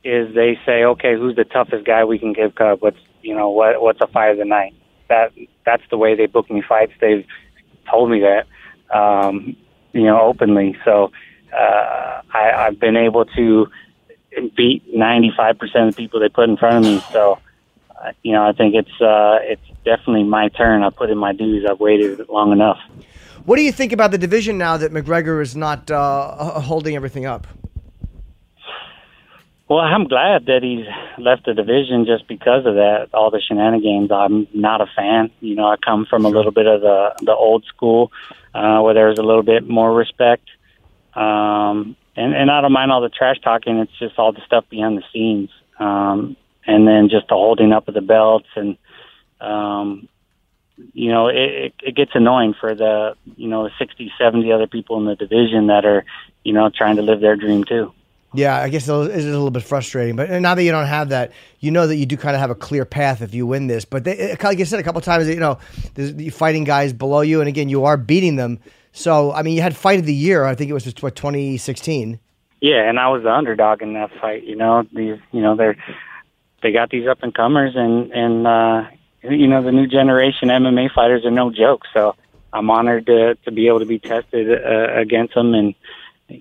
Speaker 8: is they say, okay, who's the toughest guy we can give Cub? What's you know what what's a fight of the night? That that's the way they book me fights. They've told me that um, you know openly. So uh, I, I've been able to beat ninety five percent of the people they put in front of me. So uh, you know I think it's uh, it's definitely my turn. I put in my dues. I've waited long enough.
Speaker 3: what do you think about the division now that McGregor is not uh, h- holding everything up?
Speaker 8: Well, I'm glad that he's left the division just because of that. All the shenanigans. I'm not a fan. You know, I come from a little bit of the the old school, uh, where there was a little bit more respect. Um, and and I don't mind all the trash talking. It's just all the stuff behind the scenes, um, and then just the holding up of the belts, and um, you know, it, it it gets annoying for the you know 60, 70 other people in the division that are you know trying to live their dream too.
Speaker 3: Yeah, I guess it is a little bit frustrating, but now that you don't have that, you know that you do kind of have a clear path if you win this. But they, like I said a couple times, you know, there's the fighting guys below you, and again, you are beating them. So I mean, you had fight of the year. I think it was just what 2016.
Speaker 8: Yeah, and I was the underdog in that fight. You know, these you know they're they got these up and comers, and and uh, you know the new generation MMA fighters are no joke. So I'm honored to to be able to be tested uh, against them, and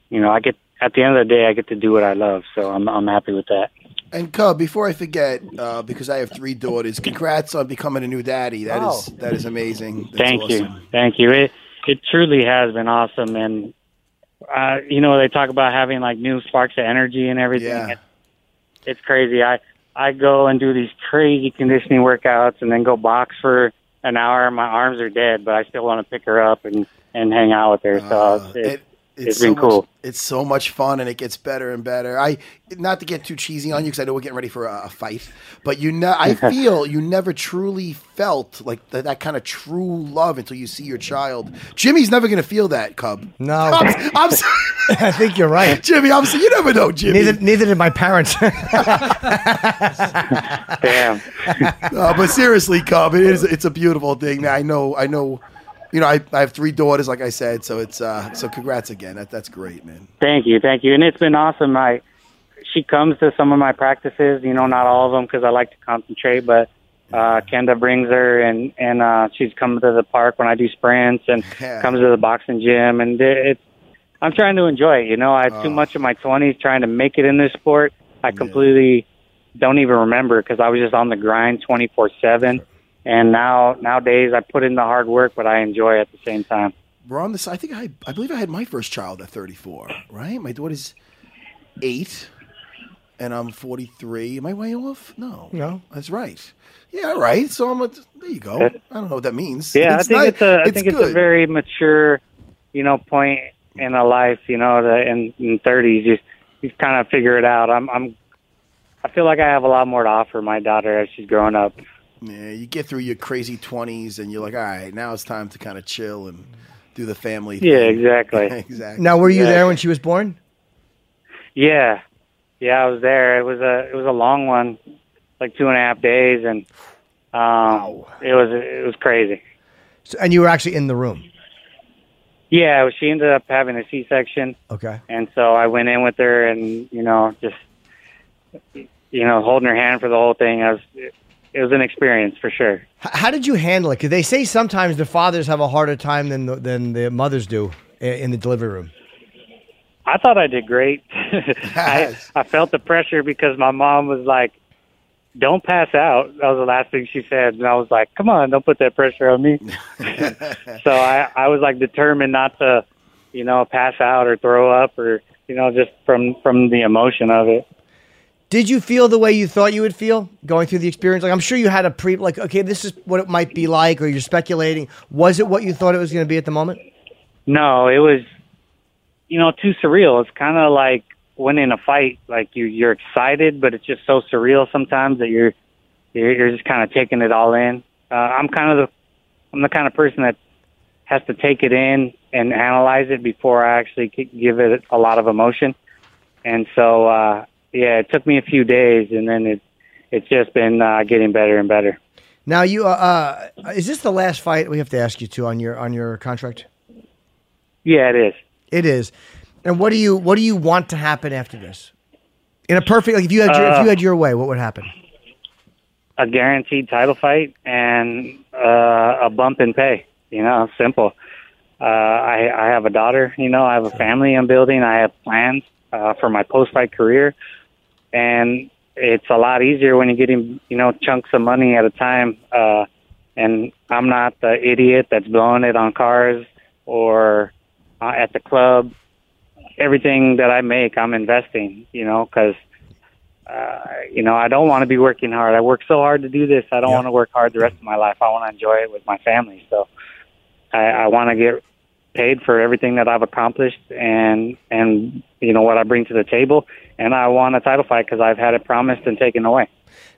Speaker 8: you know I get at the end of the day I get to do what I love. So I'm I'm happy with that.
Speaker 4: And Cub, before I forget, uh, because I have three daughters, congrats on becoming a new daddy. That is that is amazing. That's
Speaker 8: Oh. Thank
Speaker 4: awesome.
Speaker 8: you, thank you. It it truly has been awesome, and uh, you know they talk about having like new sparks of energy and everything.
Speaker 4: Yeah.
Speaker 8: it's crazy. I I go and do these crazy conditioning workouts and then go box for an hour. My arms are dead, but I still want to pick her up and and hang out with her. So
Speaker 4: Uh,
Speaker 8: it's,
Speaker 4: it-
Speaker 8: it's been
Speaker 4: so
Speaker 8: cool.
Speaker 4: Much, it's so much fun, and it gets better and better. I not to get too cheesy on you because I know we're getting ready for a, a fight, but you know, I feel you never truly felt like th- that kind of true love until you see your child. Jimmy's never going to feel that, Cub.
Speaker 3: No,
Speaker 4: I'm, I'm sorry,
Speaker 3: I think you're right.
Speaker 4: Jimmy. I'm sorry. You never know, Jimmy.
Speaker 3: Neither, neither did my parents.
Speaker 8: Damn.
Speaker 4: Uh, but seriously, Cub, it is, it's a beautiful thing. I know, I know, you know, I, I have three daughters, like I said, so it's uh, so congrats again. That, that's great, man.
Speaker 8: Thank you, thank you, and it's been awesome. I she comes to some of my practices, you know, not all of them because I like to concentrate, but uh, Kenda brings her, and and uh, she's come to the park when I do sprints, and
Speaker 4: Yeah.
Speaker 8: comes to the boxing gym, and it- it's I'm trying to enjoy it. You know, I had too much of my 20s trying to make it in this sport. I completely don't even remember because I was just on the grind 24 seven. And now nowadays I put in the hard work, but I enjoy it at the same time.
Speaker 4: We're on this. I think I, I believe I had my first child at 34, right? My daughter's eight, and I'm 43. Am I way off? No,
Speaker 3: No.
Speaker 4: that's right. Yeah, all right. So I'm. A, there you go. I don't know what that means.
Speaker 8: Yeah, I
Speaker 4: It's
Speaker 8: think
Speaker 4: not-
Speaker 8: it's a I think it's a
Speaker 4: good.
Speaker 8: very mature, you know, point in a life. You know, the in in thirties, you you kind of figure it out. I'm I'm I feel like I have a lot more to offer my daughter as she's growing up.
Speaker 4: Yeah, you get through your crazy 20s, and you're like, all right, now it's time to kind of chill and do the family.
Speaker 8: Yeah,
Speaker 4: thing.
Speaker 8: exactly.
Speaker 4: exactly.
Speaker 3: now, were you
Speaker 8: Yeah.
Speaker 3: there when she was born?
Speaker 8: yeah, yeah, I was there. It was a it was a long one, like two and a half days, and um, it was it was crazy.
Speaker 3: So, and you were actually in the room.
Speaker 8: Yeah, she ended up having a C section.
Speaker 3: Okay.
Speaker 8: and so I went in with her, and you know, just you know, holding her hand for the whole thing. I was, it, it was an experience for sure.
Speaker 3: H- How did you handle it? Because they say sometimes the fathers have a harder time than the, than the mothers do i- in the delivery room.
Speaker 8: I thought I did great. I, I felt the pressure because my mom was like, "Don't pass out." That was the last thing she said, and I was like, "Come on, don't put that pressure on me." so I, I was like determined not to, you know, pass out or throw up or you know just from from the emotion of it.
Speaker 3: Did you feel the way you thought you would feel going through the experience? Like I'm sure you had a pre like okay, this is what it might be like, or you're speculating. Was it what you thought it was going to be at the moment?
Speaker 8: No, it was, you know, too surreal. It's kind of like winning a fight. Like you, you're excited, but it's just so surreal sometimes that you're, you're, you're just kind of taking it all in. Uh, I'm kind of the, I'm the kind of person that has to take it in and analyze it before I actually c- give it a lot of emotion. And so, uh, yeah, it took me a few days, and then it, it's just been uh, getting better and better.
Speaker 3: Now you uh, uh is this the last fight we have to ask you to on your on your contract?
Speaker 8: Yeah, it is.
Speaker 3: It is. And what do you what do you want to happen after this? In a perfect like if you had your, if you had your way, what would happen?
Speaker 8: a guaranteed title fight and uh, a bump in pay. You know, simple. Uh, I, I have a daughter. You know, I have a family I'm building. I have plans uh, for my post fight career, and it's a lot easier when you're getting you know chunks of money at a time. Uh, and I'm not the idiot that's blowing it on cars or uh, at the club. Everything that I make, I'm investing. You know, because you know, I don't want to be working hard. I work so hard to do this. I don't want to work hard the rest of my life. I want to enjoy it with my family. So I, I want to get paid for everything that I've accomplished and and you know what I bring to the table. And I want a title fight because I've had it promised and taken away.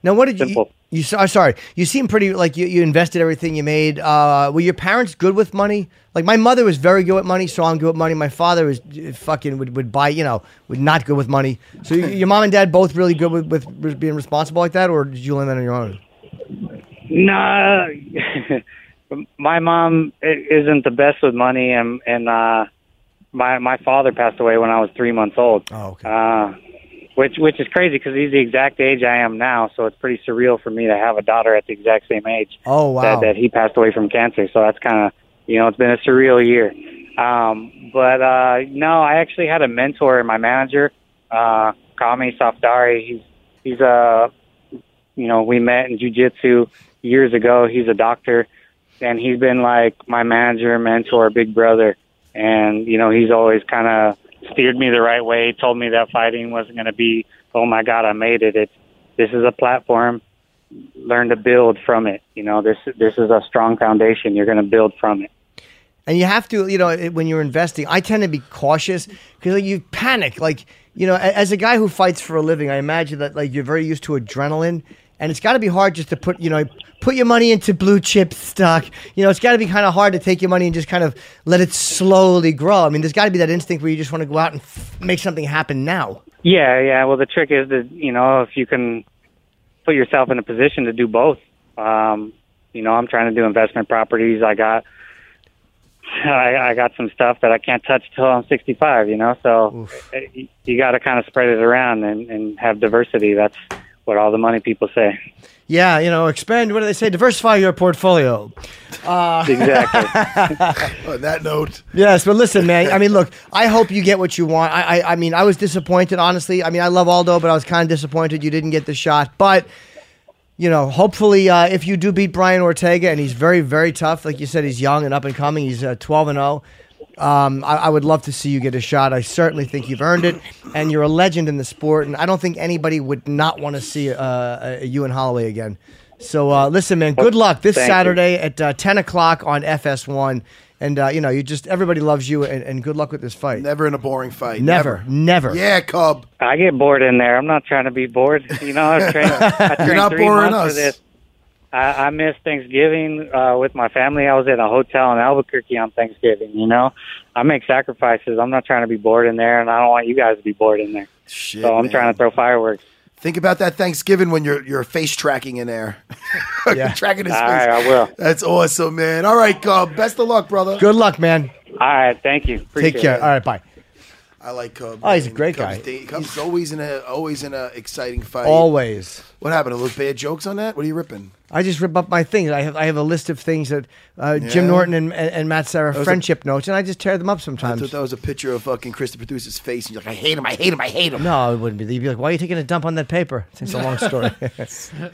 Speaker 3: Now what did
Speaker 8: Simple.
Speaker 3: you you so- sorry, you seem pretty like you, you invested everything you made. Uh were your parents good with money? Like my mother was very good with money, so I'm good with money. My father was uh, fucking would, would buy, you know, would not good with money. So y- your mom and dad both really good with, with being responsible like that or did you learn that on your own?
Speaker 8: No, my mom i- isn't the best with money, and and uh, my my father passed away when I was three months old.
Speaker 3: Oh, okay.
Speaker 8: Uh, which which is crazy because he's the exact age I am now, so it's pretty surreal for me to have a daughter at the exact same age.
Speaker 3: Oh, wow.
Speaker 8: That, that he passed away from cancer, so that's kind of you know it's been a surreal year. Um, but uh, no, I actually had a mentor and my manager, uh, Kami Safdari. He's he's a you know, we met in jujitsu years ago. He's a doctor, and he's been like my manager, mentor, big brother. And you know, he's always kind of steered me the right way. Told me that fighting wasn't going to be, oh my God, I made it. It's this is a platform. Learn to build from it. You know, this this is a strong foundation. You're going to build from it.
Speaker 3: And you have to, you know, it- when you're investing, I tend to be cautious because like, you panic. Like, you know, a- as a guy who fights for a living, I imagine that like you're very used to adrenaline, and it's got to be hard just to put, you know, put your money into blue chip stock. You know, it's got to be kind of hard to take your money and just kind of let it slowly grow. I mean, there's got to be that instinct where you just want to go out and f- make something happen now.
Speaker 8: Yeah, yeah. Well, the trick is that you know if you can put yourself in a position to do both. Um, you know, I'm trying to do investment properties. I got I, I got some stuff that I can't touch till I'm 65. You know, so eh, you got to kind of spread it around and, and have diversity. That's what all the money people say.
Speaker 3: Yeah, you know, expand. What do they say? Diversify your portfolio.
Speaker 8: Exactly.
Speaker 4: On that note,
Speaker 3: Yes, but listen, man. I mean, look. I hope you get what you want. I, I, I mean, I was disappointed, honestly. I mean, I love Aldo, but I was kind of disappointed you didn't get the shot. But you know, hopefully, uh, if you do beat Brian Ortega, and he's very, very tough. Like you said, he's young and up and coming. He's uh, twelve and zero. Um, I, I would love to see you get a shot. I certainly think you've earned it, and you're a legend in the sport. And I don't think anybody would not want to see uh, uh, you and Holloway again. So uh, listen, man. Good luck this
Speaker 8: Thank you.
Speaker 3: Saturday at uh, ten o'clock on FS1, and uh, you know you just everybody loves you, and, and good luck with this fight.
Speaker 4: never in a boring fight.
Speaker 3: Never, never.
Speaker 4: Yeah, Cub.
Speaker 8: I get bored in there. I'm not trying to be bored. You know, I've trained, I trained
Speaker 4: not
Speaker 8: three
Speaker 4: boring us.
Speaker 8: months for this. I, I missed Thanksgiving uh, with my family. I was in a hotel in Albuquerque on Thanksgiving. You know, I make sacrifices. I'm not trying to be bored in there, and I don't want you guys to be bored in there.
Speaker 4: Shit,
Speaker 8: so I'm
Speaker 4: man.
Speaker 8: trying to throw fireworks.
Speaker 4: Think about that Thanksgiving when you're you're face tracking in there,
Speaker 3: Yeah.
Speaker 4: tracking his
Speaker 8: All
Speaker 4: face.
Speaker 8: right, I will.
Speaker 4: That's awesome, man. All right, Cub. Best of luck, brother.
Speaker 3: Good luck, man.
Speaker 8: All right, thank you. Appreciate
Speaker 3: Take care.
Speaker 8: It.
Speaker 3: All right, bye.
Speaker 4: I like Cub.
Speaker 3: Oh, he's a
Speaker 4: man.
Speaker 3: great
Speaker 4: Cub's
Speaker 3: guy.
Speaker 4: da- Cub's always in a always in a exciting fight.
Speaker 3: Always.
Speaker 4: What happened? Are those bad jokes on that? What are you ripping?
Speaker 3: I just rip up my things. I have I have a list of things that uh, Jim
Speaker 4: Yeah.
Speaker 3: Norton and, and, and Matt Sarah
Speaker 4: was a-
Speaker 3: friendship notes, and I just tear them up
Speaker 4: I thought
Speaker 3: sometimes.
Speaker 4: that was a picture of fucking Chris the producer's face, and you're like, I hate him, I hate him, I hate him.
Speaker 3: No, it wouldn't be. You'd be like, why are you taking a dump on that paper? It's a long story.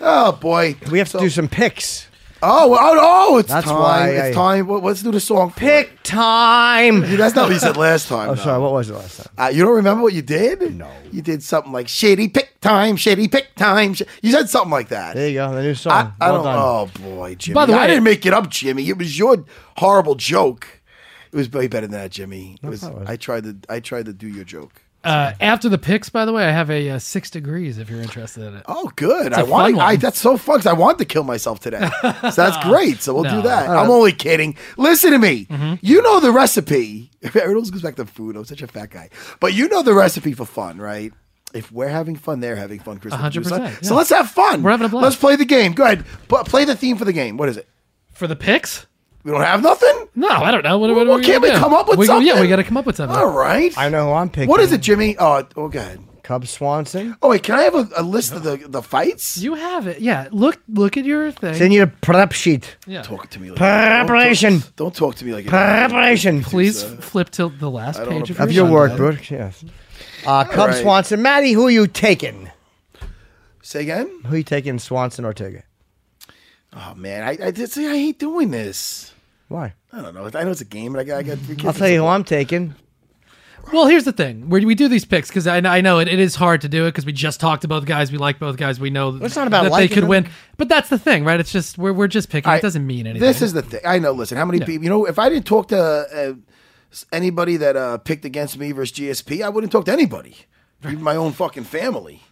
Speaker 4: Oh boy,
Speaker 3: we have to do some picks.
Speaker 4: Oh, well, oh, oh, it's
Speaker 3: That's
Speaker 4: time.
Speaker 3: why
Speaker 4: it's
Speaker 3: I-
Speaker 4: time. Well, let's do the song. for it.
Speaker 3: Pick time.
Speaker 4: Dude, that's not what you said last time.
Speaker 3: I'm
Speaker 4: no.
Speaker 3: sorry. What was it last time?
Speaker 4: Uh, you don't remember what you did? No. You did something like shitty pick time, shitty pick time. sh-" You said something like that.
Speaker 3: There you go. The new song.
Speaker 4: I, I
Speaker 3: well
Speaker 4: don't.
Speaker 3: done.
Speaker 4: Oh boy, Jimmy.
Speaker 7: By the
Speaker 4: I
Speaker 7: way-
Speaker 4: didn't make it up, Jimmy. It was your horrible joke. It was way better than that, Jimmy. It was, I tried to. I tried to do your joke.
Speaker 7: Uh, after the picks, by the way, I have a uh, six degrees if you're interested in it.
Speaker 4: Oh, good.
Speaker 7: a
Speaker 4: I want.
Speaker 7: fun
Speaker 4: I,
Speaker 7: one.
Speaker 4: that's so fun 'cause I wanted to kill myself today. So that's great. So we'll do
Speaker 7: No. Mm-hmm.
Speaker 4: that. I'm only kidding. Listen to me. You know the recipe. It always goes back to food. I'm such a fat guy, but you know the recipe for fun, right? If we're having fun, they're having fun. Chris,
Speaker 7: 100%,
Speaker 4: So
Speaker 7: yeah.
Speaker 4: let's have fun.
Speaker 7: We're having a blast.
Speaker 4: Let's play the game. Go ahead. Pl- play the theme for the game. What is it?
Speaker 7: For the picks?
Speaker 4: We don't have nothing.
Speaker 7: No, I don't know. What, what,
Speaker 4: Well,
Speaker 7: are
Speaker 4: can't we
Speaker 7: gonna do?
Speaker 4: come up with
Speaker 7: We go-
Speaker 4: something?
Speaker 7: Yeah, we got to come up with something.
Speaker 4: All right.
Speaker 3: I know who I'm picking.
Speaker 4: What is it, Jimmy? Oh, oh, go ahead.
Speaker 3: Cub Swanson.
Speaker 4: Oh wait, can I have a, a list of the the fights?
Speaker 7: You have it. Yeah, look look at your
Speaker 3: They
Speaker 7: thing.
Speaker 3: need a prep sheet.
Speaker 7: Yeah.
Speaker 4: talk to me like
Speaker 3: Preparation.
Speaker 4: Don't talk, don't talk to me like
Speaker 3: Preparation.
Speaker 7: Please
Speaker 4: Lisa.
Speaker 7: flip to the last
Speaker 4: don't
Speaker 7: page of
Speaker 4: approve
Speaker 3: Of your
Speaker 7: Sunday.
Speaker 3: work, Brooke. Yes. Uh, Cub
Speaker 4: right.
Speaker 3: Swanson. Maddie, who are you taking?
Speaker 4: Say again.
Speaker 3: Who are you taking, Swanson or Tigger?
Speaker 4: Oh man, I I, did say I hate doing this.
Speaker 3: Why?
Speaker 4: I don't know. I know it's a game, but I got I got three kids.
Speaker 3: I'll tell you who I'm taking.
Speaker 7: Well, here's the thing. Where we do these picks because I, I know it, it is hard to do it because we just talked to both guys. We like both guys. We know
Speaker 3: It's not about
Speaker 7: that they
Speaker 3: liking
Speaker 7: could
Speaker 3: them.
Speaker 7: win. But that's the thing, right? It's just we're, we're just picking.
Speaker 4: I-
Speaker 7: it doesn't mean anything.
Speaker 4: This is the thing. I know. Listen, how many people? You know, if I didn't talk to uh, s- anybody that uh, picked against me versus GSP, I wouldn't talk to anybody, even my own fucking family.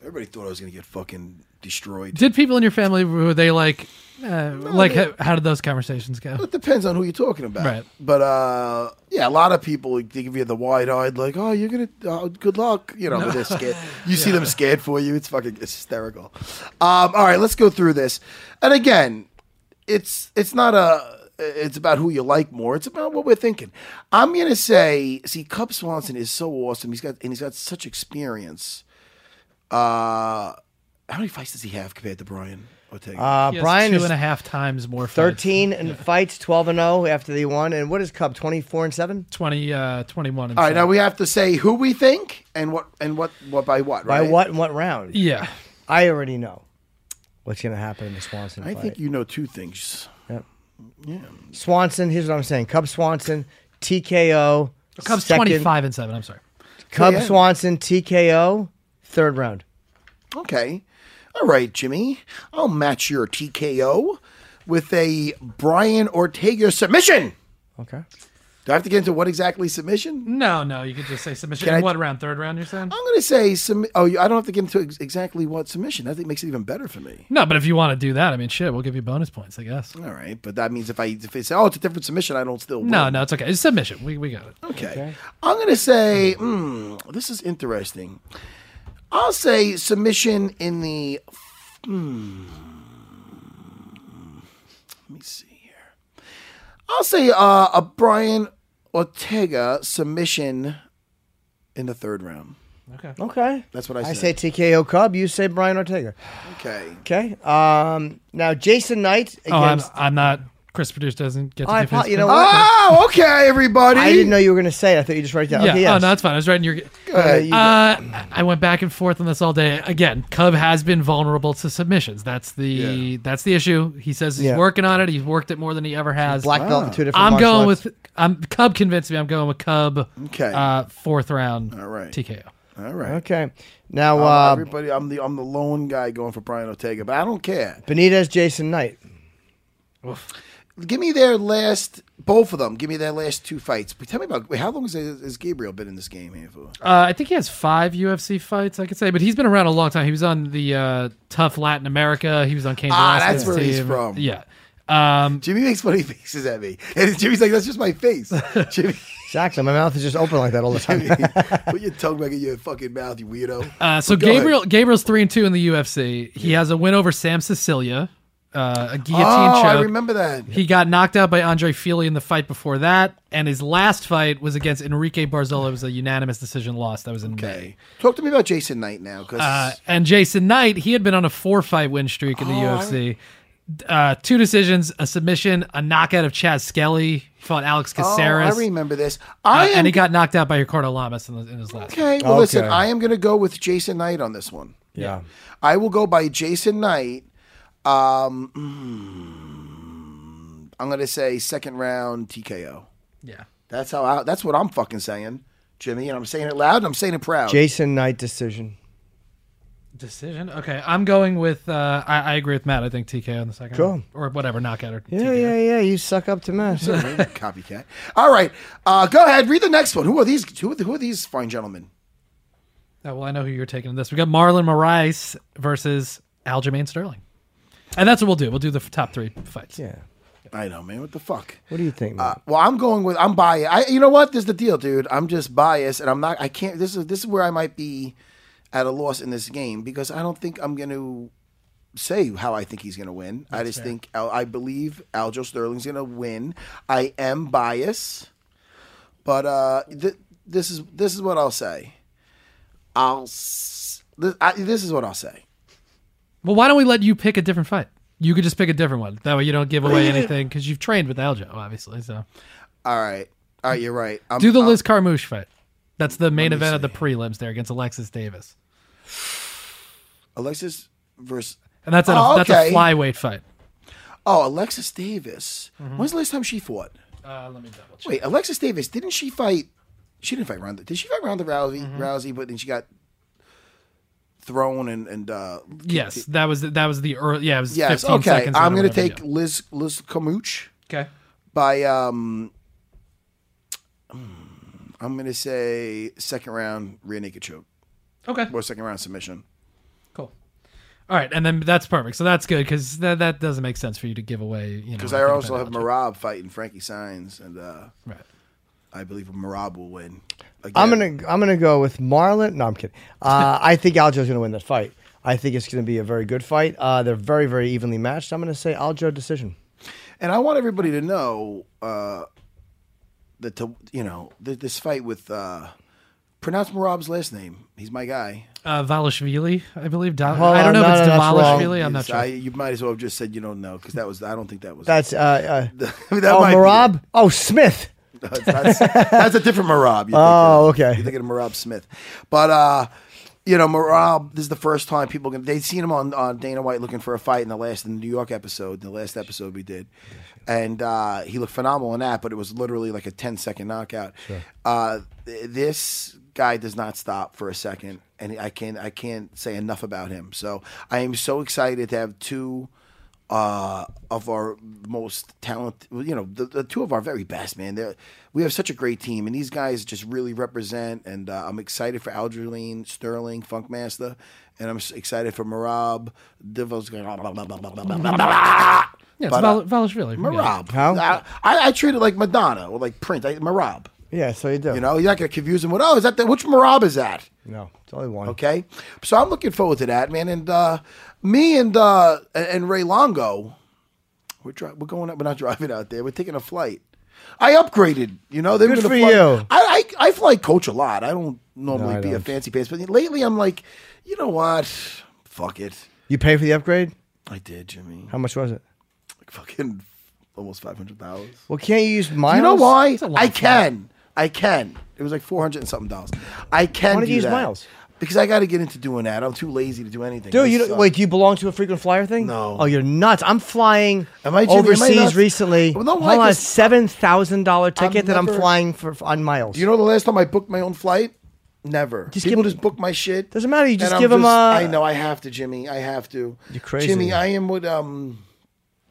Speaker 4: Everybody thought I was gonna get fucking destroyed.
Speaker 7: Did people in your family were they like uh, like
Speaker 4: they- Uh,
Speaker 7: how, how did those conversations go?
Speaker 4: It depends on who you're talking about.
Speaker 7: Right.
Speaker 4: But uh, yeah, a lot of people they give you the wide eyed, like, oh, you're going to, uh, good luck. You know, but they're scared. You see them scared for you. It's fucking it's hysterical. Um, all right, let's go through this. And again, it's it's not a, it's about who you like more. It's about what we're thinking. I'm going to say, see, Cub Swanson is so awesome. He's got, and he's got such experience. Uh, how many fights does he have compared to Brian? Ortega?
Speaker 3: Uh,
Speaker 7: He has
Speaker 3: Brian
Speaker 7: two
Speaker 3: is
Speaker 7: and a half times more fights.
Speaker 3: 13 and fights, 12 and 0 after they won. And what is Cub? 24 and 7?
Speaker 7: 20, uh, 21 and
Speaker 4: All right, now
Speaker 7: seven.
Speaker 4: we have to say who we think and what and what what by what
Speaker 3: By
Speaker 4: right?
Speaker 3: what and what round?
Speaker 7: yeah.
Speaker 3: I already know what's going to happen in the Swanson
Speaker 4: I
Speaker 3: fight.
Speaker 4: think you know two things.
Speaker 3: Swanson, here's what I'm saying. Cub Swanson, TKO.
Speaker 7: Cubs
Speaker 3: second.
Speaker 7: 25 and 7. I'm sorry.
Speaker 3: Cub
Speaker 4: Oh, Yeah.
Speaker 3: Swanson, TKO, third round.
Speaker 4: Okay, all right, Jimmy, I'll match your TKO with a Brian Ortega submission.
Speaker 3: Okay.
Speaker 4: Do I have to get into what exactly submission?
Speaker 7: No, no, you could just say submission.
Speaker 4: Can I-
Speaker 7: what round? Third round, you're saying?
Speaker 4: I'm going to say some. Oh, you- I don't have to get into ex- exactly what submission. I think makes it even better for me.
Speaker 7: No, but if you want to do that, I mean, shit, we'll give you bonus points, I guess.
Speaker 4: All right, but that means if I if they say oh it's a different submission, I don't still win.
Speaker 7: No, no, it's okay. It's submission. We, we got it.
Speaker 4: Okay. I'm going to say, hmm, this is interesting. I'll say submission in the. Hmm, let me see here. I'll say uh, a Brian Ortega submission in the third round.
Speaker 3: Okay.
Speaker 4: That's what I
Speaker 3: I say
Speaker 4: said.
Speaker 3: TKO Cub. You say Brian Ortega.
Speaker 4: Okay.
Speaker 3: Okay. Um, now, Jason Knight
Speaker 7: Oh, I'm,
Speaker 3: against.
Speaker 7: I'm not. Chris Produce doesn't get to
Speaker 3: I
Speaker 7: give
Speaker 3: apo-
Speaker 7: his-
Speaker 3: you know what?
Speaker 4: Oh, okay, everybody.
Speaker 3: I didn't know you were going to say it. I thought you just wrote it down.
Speaker 7: Yeah.
Speaker 3: Okay,
Speaker 7: Oh,
Speaker 3: yes.
Speaker 7: no, that's fine. I was writing your.
Speaker 4: ahead.
Speaker 3: You-
Speaker 7: Uh, I went back and forth on this all day. Again, Cub has been vulnerable to submissions. That's the that's the issue. He says he's
Speaker 3: Yeah.
Speaker 7: working on it. He's worked it more than he ever has.
Speaker 3: black belt in two different
Speaker 7: I'm
Speaker 3: martial
Speaker 7: going
Speaker 3: arts.
Speaker 7: with I'm Cub convinced me. I'm going with Cub.
Speaker 4: Okay.
Speaker 7: Uh, fourth round.
Speaker 4: All right.
Speaker 7: TKO.
Speaker 4: All right.
Speaker 3: Okay. Now,
Speaker 4: I'm,
Speaker 3: uh,
Speaker 4: everybody, I'm the I'm the lone guy going for Brian Ortega, but I don't care.
Speaker 3: Benitez, Jason Knight.
Speaker 4: Give me their last, both of them. Give me their last two fights. But tell me about wait, how long has, has Gabriel been in this game here for?
Speaker 7: Uh, I think he has five UFC fights. I could say, but he's been around a long time. He was on the uh, Tough Latin America. He was on Kane.
Speaker 4: Ah,
Speaker 7: Velasquez's
Speaker 4: that's where he's
Speaker 7: team.
Speaker 4: from.
Speaker 7: Yeah. Um,
Speaker 4: Jimmy makes funny faces at me, and Jimmy's like, "That's just my face." Jimmy,
Speaker 3: Exactly. My mouth is just open like that all the time.
Speaker 4: put your tongue back in your fucking mouth, you weirdo.
Speaker 7: uh, so
Speaker 4: But go ahead.
Speaker 7: Gabriel Gabriel's three and two in the UFC. He has a win over Sam Cecilia. uh, a guillotine
Speaker 4: Oh,
Speaker 7: choke.
Speaker 4: I remember that.
Speaker 7: He got knocked out by Andre Feely in the fight before that, and his last fight was against Enrique Barzola. It was a unanimous decision loss. That was in May.
Speaker 4: Okay. Talk to me about Jason Knight now, because
Speaker 7: Uh, and Jason Knight, he had been on a four-fight win streak in
Speaker 4: Oh,
Speaker 7: the UFC. Uh, two decisions, a submission, a knockout of Chaz Skelly. He fought Alex Caceres,
Speaker 4: Oh, I remember this.
Speaker 7: uh,
Speaker 4: I am
Speaker 7: and he got knocked out by Ricardo Lamas in, the, in his last.
Speaker 4: okay. Well, listen,
Speaker 10: Okay.
Speaker 4: I am going to go with Jason Knight on this one.
Speaker 10: Yeah.
Speaker 4: I will go by Jason Knight. Um, mm, I'm going to say second round TKO.
Speaker 7: Yeah.
Speaker 4: That's how. I, that's what I'm fucking saying, Jimmy. And I'm saying it loud. and I'm saying it proud.
Speaker 3: Jason Knight decision.
Speaker 7: Decision. Okay, I'm going with. Uh, I, I agree with Matt. I think TKO in the second.
Speaker 3: Cool.
Speaker 7: round. Or whatever knockout or
Speaker 3: Yeah,
Speaker 7: TKO.
Speaker 3: yeah, yeah. You suck up to Matt.
Speaker 4: Copycat. All right. Uh, go ahead. Read the next one. Who are these? Who are, the, who are these fine gentlemen?
Speaker 7: Oh, well, I know who you're taking in this. We got Marlon Moraes versus Aljamain Sterling, and that's what we'll do. We'll do the f- top three fights.
Speaker 3: yeah.
Speaker 4: I know, man. What the fuck?
Speaker 3: What do you think, Matt?
Speaker 4: Uh, well, I'm going with I'm biased. I, you know what? This is the deal, dude. I'm just biased, and I'm not. I can't. This is this is where I might be at a loss in this game because I don't think I'm going to say how I think he's going to win. I just think Al, I believe Aljo Sterling's going to win. I am biased, but uh, th- this is this is what I'll say. I'll s- this, I, this is what I'll say.
Speaker 7: Well, why don't we let you pick a different fight? You could just pick a different one. That way, you don't give away anything because you've trained with Aljo, obviously. So
Speaker 4: All right, all right, you're right. Um, I'm,
Speaker 7: do the
Speaker 4: I'm-
Speaker 7: Liz Carmouche fight. That's the main event of the prelims there against Alexis Davis,
Speaker 4: Alexis versus.
Speaker 7: and that's at a,
Speaker 4: Oh,
Speaker 7: that's a
Speaker 4: okay.
Speaker 7: flyweight fight.
Speaker 4: Oh, Alexis Davis. When's the last time she fought?
Speaker 7: Mm-hmm. Uh, let me double check.
Speaker 4: Wait, Alexis Davis, didn't she fight? She didn't fight Ronda. Did she fight Ronda Rousey?
Speaker 7: Mm-hmm.
Speaker 4: Rousey, but then she got thrown and and uh,
Speaker 7: Yes, that was that was the early. Yeah, it was
Speaker 4: yes.
Speaker 7: 15
Speaker 4: Okay,
Speaker 7: seconds. in
Speaker 4: I'm
Speaker 7: or
Speaker 4: gonna
Speaker 7: whatever,
Speaker 4: take Liz Liz Kamuch
Speaker 7: yeah. Okay.
Speaker 4: by um. hmm, I'm gonna say second round rear naked choke
Speaker 7: Okay.
Speaker 4: or second round submission.
Speaker 7: Cool. All right, and then that's perfect. So that's good because that that doesn't make sense for you to give away. You know,
Speaker 4: Because I
Speaker 7: anything
Speaker 4: also have
Speaker 7: about Aljo.
Speaker 4: Marab fighting Frankie Signs, and uh,
Speaker 7: Right.
Speaker 4: I believe Marab will win. Again.
Speaker 3: I'm gonna I'm gonna go with Marlon. No, I'm kidding. Uh, I think Aljo's gonna win that fight. I think it's gonna be a very good fight. Uh, they're very very evenly matched. I'm gonna say Aljo decision.
Speaker 4: And I want everybody to know uh, that to, you know th- this fight with uh, pronounce Marab's last name. He's my guy.
Speaker 7: Uh, Valishvili, I believe. Da-
Speaker 3: Hold
Speaker 7: I don't know
Speaker 3: on,
Speaker 7: if it's
Speaker 3: no, no, that's wrong.
Speaker 7: Davalishvili. Oh, I'm not
Speaker 4: It's-
Speaker 7: sure.
Speaker 4: I, you might as well have just said you don't know because that was I don't think that was
Speaker 3: That's uh, uh
Speaker 4: I mean, that
Speaker 3: oh
Speaker 4: might be
Speaker 3: Marab.
Speaker 4: it.
Speaker 3: Oh Smith.
Speaker 4: No, it's- that's, that's a different Marab. uh, You're
Speaker 3: Oh,
Speaker 4: thinking of.
Speaker 3: okay.
Speaker 4: You're thinking of Marab Smith, but uh, you know Marab. This is the first time people can they've seen him on, on Dana White looking for a fight in the last in the New York episode, the last episode we did, and uh, he looked phenomenal in that. But it was literally like a 10 second knockout. Uh, th- this guy does not stop for a second, and I can I can't say enough about him. So I am so excited to have two uh, of our most talented, you know, the, the two of our very best, man. They're, we have such a great team, and these guys just really represent. And uh, I'm excited for Algerline, Sterling, Funkmaster, and I'm s- excited for Marab, Devil's going.
Speaker 7: yeah, it's
Speaker 4: but,
Speaker 7: Val-
Speaker 4: uh,
Speaker 7: Valishvili. yeah.
Speaker 4: Marab.
Speaker 3: How?
Speaker 4: I, I, I treat it like Madonna or like Prince. I, Marab.
Speaker 3: Yeah, so you do.
Speaker 4: You know, you're not gonna confuse him with oh, is that the, which Marab is that?
Speaker 3: No, it's only one.
Speaker 4: Okay, so I'm looking forward to that, man. And uh, me and uh, and Ray Longo, we're dri- we're going out. We're not driving out there. We're taking a flight. I upgraded. You know, they were
Speaker 3: Good
Speaker 4: gonna
Speaker 3: for
Speaker 4: fly-
Speaker 3: you.
Speaker 4: I, I I fly coach a lot. I don't normally
Speaker 3: I
Speaker 4: be a
Speaker 3: don't.
Speaker 4: fancy pants, but lately I'm like, you know what? Fuck it.
Speaker 3: You pay for the upgrade.
Speaker 4: I did, Jimmy.
Speaker 3: How much was it?
Speaker 4: Like fucking almost five hundred dollars.
Speaker 3: Well, can't you use miles?
Speaker 4: You know why?
Speaker 7: a lot
Speaker 4: I
Speaker 7: of flight.
Speaker 4: can. I can. It was like four hundred and something dollars. I can.
Speaker 3: Why don't
Speaker 4: do
Speaker 3: you use
Speaker 4: that.
Speaker 3: miles?
Speaker 4: Because I got to get into doing that. I'm too lazy to do anything.
Speaker 3: Dude,
Speaker 4: This
Speaker 3: you don't,
Speaker 4: sucks.
Speaker 3: wait. Do you belong to a frequent flyer thing?
Speaker 4: uh, No.
Speaker 3: Oh, you're nuts. I'm flying
Speaker 4: Am I, Jimmy? Am I
Speaker 3: overseas
Speaker 4: nuts?
Speaker 3: recently.
Speaker 4: Well, no, why?
Speaker 3: Hold on,
Speaker 4: 'Cause
Speaker 3: seven thousand dollar ticket that I'm
Speaker 4: never-
Speaker 3: flying for on miles.
Speaker 4: You know the last time I booked my own flight? Never.
Speaker 3: Just
Speaker 4: People
Speaker 3: give-
Speaker 4: just book my shit.
Speaker 3: Doesn't matter, you
Speaker 4: And
Speaker 3: just
Speaker 4: I'm
Speaker 3: give 'em a-
Speaker 4: I know. I have to, Jimmy. I have to.
Speaker 3: You're crazy.
Speaker 4: Jimmy. I am with um.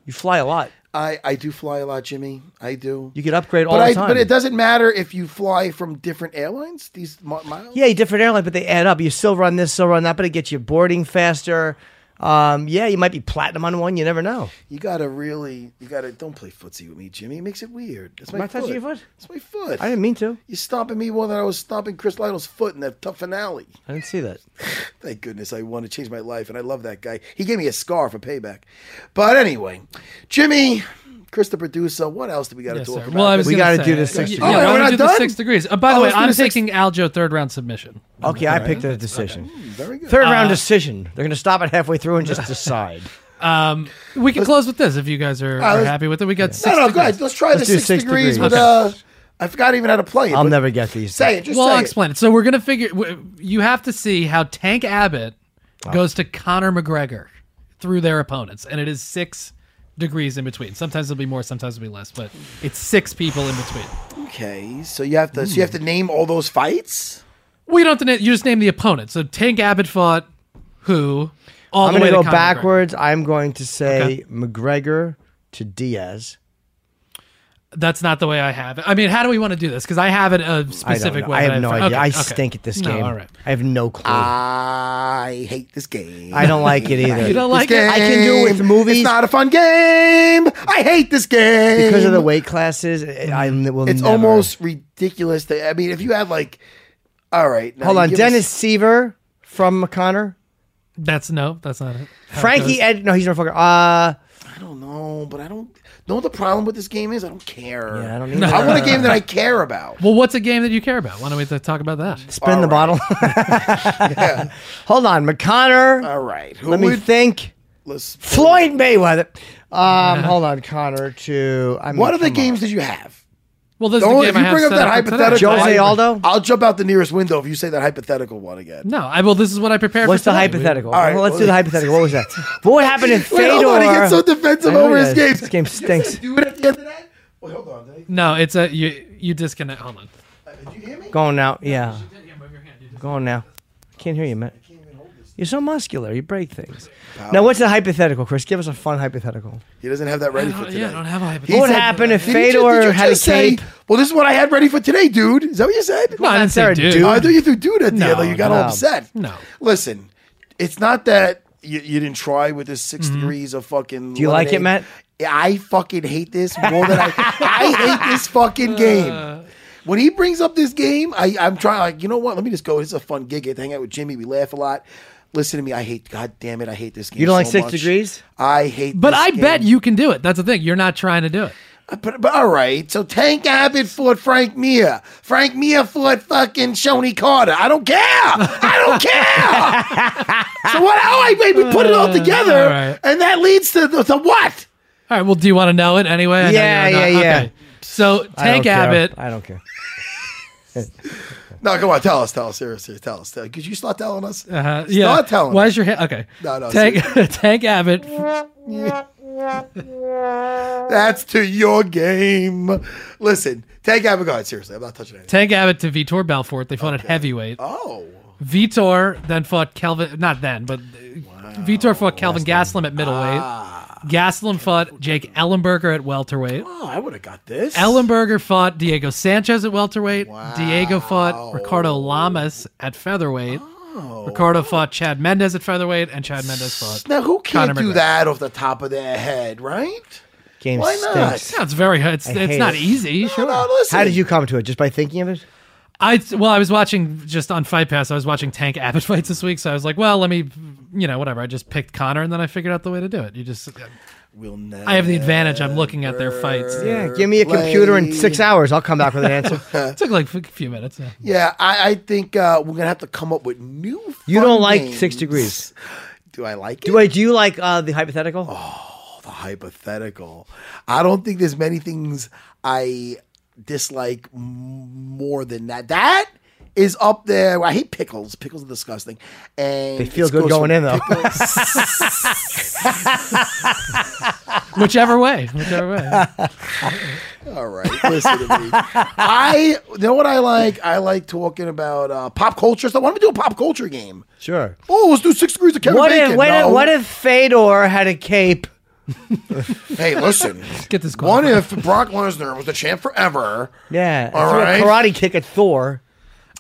Speaker 3: you fly a lot.
Speaker 4: I, I do fly a lot, Jimmy. I do.
Speaker 3: You could upgrade all
Speaker 4: but
Speaker 3: the
Speaker 4: I,
Speaker 3: time.
Speaker 4: But it doesn't matter if you fly from different airlines. These mi- miles.
Speaker 3: Yeah, different airline, but they add up. You still run this, still run that, but it gets you boarding faster. Um, yeah, you might be platinum on one. You never know.
Speaker 4: You gotta really, you gotta don't play footsie with me, Jimmy. It makes it weird. It's my
Speaker 3: I touching your foot?
Speaker 4: It's my foot.
Speaker 3: I didn't mean to.
Speaker 4: You're stomping me more than I was stomping Chris Lytle's foot in that tough finale.
Speaker 3: I didn't see that.
Speaker 4: Thank goodness I want to change my life, and I love that guy. He gave me a scar for payback. But anyway, Jimmy, Chris the producer, what else do we got to
Speaker 7: Yes,
Speaker 4: talk
Speaker 7: sir.
Speaker 4: about?
Speaker 7: Well, I was
Speaker 3: We
Speaker 7: got
Speaker 3: gotta
Speaker 7: to
Speaker 3: do the six
Speaker 7: Yeah,
Speaker 3: degrees.
Speaker 4: Oh,
Speaker 7: yeah,
Speaker 4: we're
Speaker 7: we're going
Speaker 4: not
Speaker 7: to do the
Speaker 4: done?
Speaker 7: six degrees. Uh, by the
Speaker 4: Oh,
Speaker 7: way,
Speaker 4: let's do
Speaker 7: I'm
Speaker 4: the six-
Speaker 7: taking Aljo third round submission.
Speaker 3: Okay, I picked a decision.
Speaker 4: Hmm, Very good.
Speaker 3: Third
Speaker 7: Uh,
Speaker 3: round decision. They're going to stop it halfway through and just decide.
Speaker 7: Um, we can close with this if you guys are,
Speaker 4: Uh,
Speaker 7: are happy with it. We got
Speaker 4: no,
Speaker 7: six.
Speaker 4: no,
Speaker 7: degrees.
Speaker 4: go ahead. Let's try
Speaker 3: Let's
Speaker 4: the
Speaker 3: do
Speaker 4: six,
Speaker 3: six
Speaker 4: degrees,
Speaker 3: degrees.
Speaker 4: with. Uh, I forgot even how to play it.
Speaker 3: I'll
Speaker 4: but
Speaker 3: never get these.
Speaker 4: say it. Just
Speaker 7: well,
Speaker 4: say
Speaker 7: I'll
Speaker 4: it.
Speaker 7: explain it. So we're gonna figure. w- You have to see how Tank Abbott goes to Conor McGregor through their opponents, and it is six degrees in between. Sometimes it'll be more, sometimes it'll be less, but it's six people in between.
Speaker 4: Okay, so you have to, so you have to name all those fights.
Speaker 7: We don't have to. na- You just name the opponent. So Tank Abbott fought who? All
Speaker 3: I'm
Speaker 7: the
Speaker 3: going
Speaker 7: way
Speaker 3: to go
Speaker 7: Conor McGregor.
Speaker 3: backwards. I'm going to say
Speaker 7: Okay.
Speaker 3: McGregor to Diaz.
Speaker 7: That's not the way I have it. I mean, how do we want to do this? Because I have it a
Speaker 3: I don't
Speaker 7: specific
Speaker 3: know.
Speaker 7: way.
Speaker 3: I
Speaker 7: that
Speaker 3: have no
Speaker 7: found-
Speaker 3: idea.
Speaker 7: okay,
Speaker 3: I
Speaker 7: okay.
Speaker 3: stink at this
Speaker 7: No,
Speaker 3: game.
Speaker 7: all right.
Speaker 3: I have no clue.
Speaker 4: Ah. I hate this game.
Speaker 3: I don't like it either.
Speaker 7: You don't like
Speaker 4: This
Speaker 7: it?
Speaker 3: I can do it with
Speaker 4: game.
Speaker 3: movies.
Speaker 4: It's not a fun game. I hate this game
Speaker 3: because of the weight classes, I
Speaker 7: Mm-hmm.
Speaker 3: I will
Speaker 4: It's
Speaker 3: never-
Speaker 4: almost ridiculous. That, I mean, if you had like, all right, now
Speaker 3: Hold
Speaker 4: you
Speaker 3: on.
Speaker 4: give
Speaker 3: Dennis
Speaker 4: us-
Speaker 3: Seaver from McConnor.
Speaker 7: That's no. That's not it. How it
Speaker 3: Frankie
Speaker 7: goes.
Speaker 3: Ed. No, he's no fucker. Uh,
Speaker 4: I don't know, but I don't. Know what the problem with this game is? I don't care.
Speaker 3: Yeah, I don't
Speaker 4: know.
Speaker 3: either.
Speaker 4: I want a game that I care about.
Speaker 7: Well, what's a game that you care about? Why don't we th- talk about that?
Speaker 3: spin the
Speaker 4: All
Speaker 3: bottle. Hold on. McConnor.
Speaker 4: All right, who
Speaker 3: Let me
Speaker 4: Uh, would,
Speaker 3: think.
Speaker 4: let's-
Speaker 3: Floyd Mayweather. Um, hold on, Connor. To I mean,
Speaker 4: What are
Speaker 3: come
Speaker 4: the
Speaker 3: on.
Speaker 4: games that you have?
Speaker 7: Well, this
Speaker 4: Don't,
Speaker 7: is
Speaker 4: if
Speaker 7: the
Speaker 4: you
Speaker 7: game I have
Speaker 4: bring up
Speaker 7: set
Speaker 4: that
Speaker 7: for today.
Speaker 4: hypothetical,
Speaker 3: Jose
Speaker 4: I-
Speaker 3: Aldo?
Speaker 4: I'll jump out the nearest window if you say that hypothetical one again.
Speaker 7: No, I well, this is what I prepared.
Speaker 3: What's
Speaker 7: for
Speaker 3: the
Speaker 7: today.
Speaker 3: hypothetical?
Speaker 4: We- all right,
Speaker 3: Well, let's
Speaker 4: well,
Speaker 3: do the
Speaker 4: let's-
Speaker 3: hypothetical. What was that? What would happen if
Speaker 4: Wait,
Speaker 3: Fedor?
Speaker 4: hold on, he gets so defensive
Speaker 3: I know
Speaker 4: over
Speaker 3: he
Speaker 4: his
Speaker 3: does.
Speaker 4: games.
Speaker 3: This game stinks.
Speaker 4: Do it at the end of that? Wait, hold on. Did,
Speaker 7: We- No, it's a you. You disconnect. Hold on.
Speaker 4: I, did you hear me?
Speaker 3: Going now. Yeah. Going now. Can't hear you, man. You're so muscular. You break things. Now, what's the hypothetical, Chris? Give us a fun hypothetical.
Speaker 4: He doesn't have that ready
Speaker 7: I
Speaker 4: for
Speaker 7: don't-
Speaker 4: today.
Speaker 7: yeah, I don't have a hypothetical.
Speaker 4: He
Speaker 3: What would
Speaker 4: said-
Speaker 3: happen if
Speaker 4: Did you ju- did
Speaker 3: Fedor
Speaker 4: you
Speaker 3: had a
Speaker 4: just say,
Speaker 3: cape?
Speaker 4: Well, this is what I had ready for today, dude. Is that what you said?
Speaker 7: No, I didn't say
Speaker 3: Sarah,
Speaker 7: dude.
Speaker 3: dude.
Speaker 4: Oh, I thought you threw dude at the
Speaker 7: No,
Speaker 4: end. Like you got all
Speaker 3: no.
Speaker 4: upset.
Speaker 7: No.
Speaker 4: Listen, it's not that you, you didn't try with this 6
Speaker 7: Mm-hmm.
Speaker 4: degrees of fucking. Do
Speaker 3: you like it, Matt?
Speaker 4: I fucking hate this more than I. I hate this fucking
Speaker 7: Uh.
Speaker 4: game. When he brings up this game, I, I'm trying. Like, you know what? Let me just go. It's a fun gig. I hang out with Jimmy. We laugh a lot. Listen to me. I hate. God damn it. I hate this game.
Speaker 3: You don't like
Speaker 4: so
Speaker 3: Six
Speaker 4: much.
Speaker 3: Degrees?
Speaker 4: I hate.
Speaker 7: But
Speaker 4: this
Speaker 7: I
Speaker 4: game.
Speaker 7: bet you can do it. That's the thing. You're not trying to do it.
Speaker 4: But, but all right, so Tank Abbott fought Frank Mir. Frank Mir fought fucking Shoney Carter. I don't care. I don't care. so what? How I made me put it all together,
Speaker 7: Uh, all right.
Speaker 4: and that leads to the, to what?
Speaker 7: All right. Well, do you want to know it anyway? I know
Speaker 3: Yeah,
Speaker 7: you're not-
Speaker 3: yeah, yeah.
Speaker 7: Okay. So
Speaker 3: I don't
Speaker 7: Tank
Speaker 3: care.
Speaker 7: Abbott.
Speaker 3: I don't care.
Speaker 4: No, come on, tell us, tell us, seriously, tell us. Tell, could you start telling us?
Speaker 7: Uh, yeah.
Speaker 4: Start telling
Speaker 7: Why
Speaker 4: us.
Speaker 7: is your hand okay?
Speaker 4: No, no,
Speaker 7: Tank Tank Abbott.
Speaker 4: That's to your game. Listen, Tank Abbott. Go ahead, seriously. I'm not touching anything.
Speaker 7: Tank Abbott to Vitor Belfort. They fought at heavyweight.
Speaker 4: Oh,
Speaker 7: Vitor then fought Kelvin, not then, but uh Vitor fought Kelvin Gaslam at middleweight.
Speaker 4: Ah.
Speaker 7: Gaslam fought Jake Ellenberger at welterweight.
Speaker 4: oh, I would have got this.
Speaker 7: Ellenberger fought Diego Sanchez at welterweight. Diego fought Ricardo Lamas at featherweight.
Speaker 4: Oh.
Speaker 7: Ricardo fought Chad Mendez at featherweight, and Chad Mendez fought.
Speaker 4: Now who can't
Speaker 7: Conor
Speaker 4: do
Speaker 7: McGregor.
Speaker 4: that off the top of their head, right?
Speaker 3: Game
Speaker 4: Why not?
Speaker 3: stinks.
Speaker 7: Yeah, it's very. It's,
Speaker 3: I
Speaker 7: it's
Speaker 3: hate
Speaker 7: not
Speaker 3: it.
Speaker 7: easy. Sure.
Speaker 4: No, no, listen.
Speaker 3: How did you come to it? Just by thinking of it?
Speaker 7: I well, I was watching just on Fight Pass. I was watching Tank Abbott fights this week, so I was like, well, let me, you know, whatever. I just picked Connor, and then I figured out the way to do it. You just,
Speaker 4: We'll
Speaker 7: I have the advantage. I'm looking at their fights.
Speaker 3: Yeah, give me a computer in six hours. I'll come back with an answer.
Speaker 7: It took like a few minutes. Yeah.
Speaker 4: Yeah, I, I think uh, we're gonna have to come up with new.
Speaker 3: You
Speaker 4: fun
Speaker 3: don't like
Speaker 4: names.
Speaker 3: Six Degrees.
Speaker 4: Do I like
Speaker 3: Do
Speaker 4: it?
Speaker 3: I? Do you like uh, the hypothetical?
Speaker 4: Oh. The hypothetical. I don't think there's many things I dislike m- more than that. That is up there. I hate pickles. Pickles are disgusting. And
Speaker 3: they feel
Speaker 4: it
Speaker 3: good
Speaker 4: goes
Speaker 3: going
Speaker 4: from
Speaker 3: in though.
Speaker 7: Whichever way, whichever way.
Speaker 4: All right, listen to me. I you know what I like. I like talking about uh, pop culture stuff. Why don't we do a pop culture game?
Speaker 3: sure.
Speaker 4: Oh, let's do six degrees of Kevin
Speaker 3: What
Speaker 4: Bacon.
Speaker 3: if, what,
Speaker 4: No.
Speaker 3: if, what if Fedor had a cape?
Speaker 4: Hey, listen.
Speaker 7: Get this
Speaker 4: What
Speaker 7: qualified.
Speaker 4: if Brock Lesnar was the champ forever?
Speaker 3: Yeah,
Speaker 4: All
Speaker 3: threw
Speaker 4: right.
Speaker 3: a karate kick at Thor.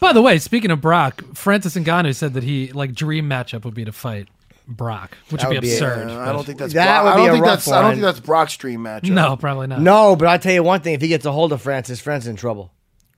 Speaker 7: By the way, speaking of Brock, Francis Ngannou said that he like dream matchup would be to fight Brock, which
Speaker 3: That
Speaker 7: would be
Speaker 3: would be, uh,
Speaker 7: absurd.
Speaker 4: I don't think that's
Speaker 3: That
Speaker 4: Brock.
Speaker 3: would
Speaker 4: I
Speaker 3: be
Speaker 4: don't
Speaker 3: a
Speaker 4: think
Speaker 3: rough
Speaker 4: that's I don't
Speaker 3: one.
Speaker 4: think that's Brock's dream matchup.
Speaker 7: no, probably not.
Speaker 3: No, but I'll tell you one thing. If he gets a hold of Francis, Friend's in trouble.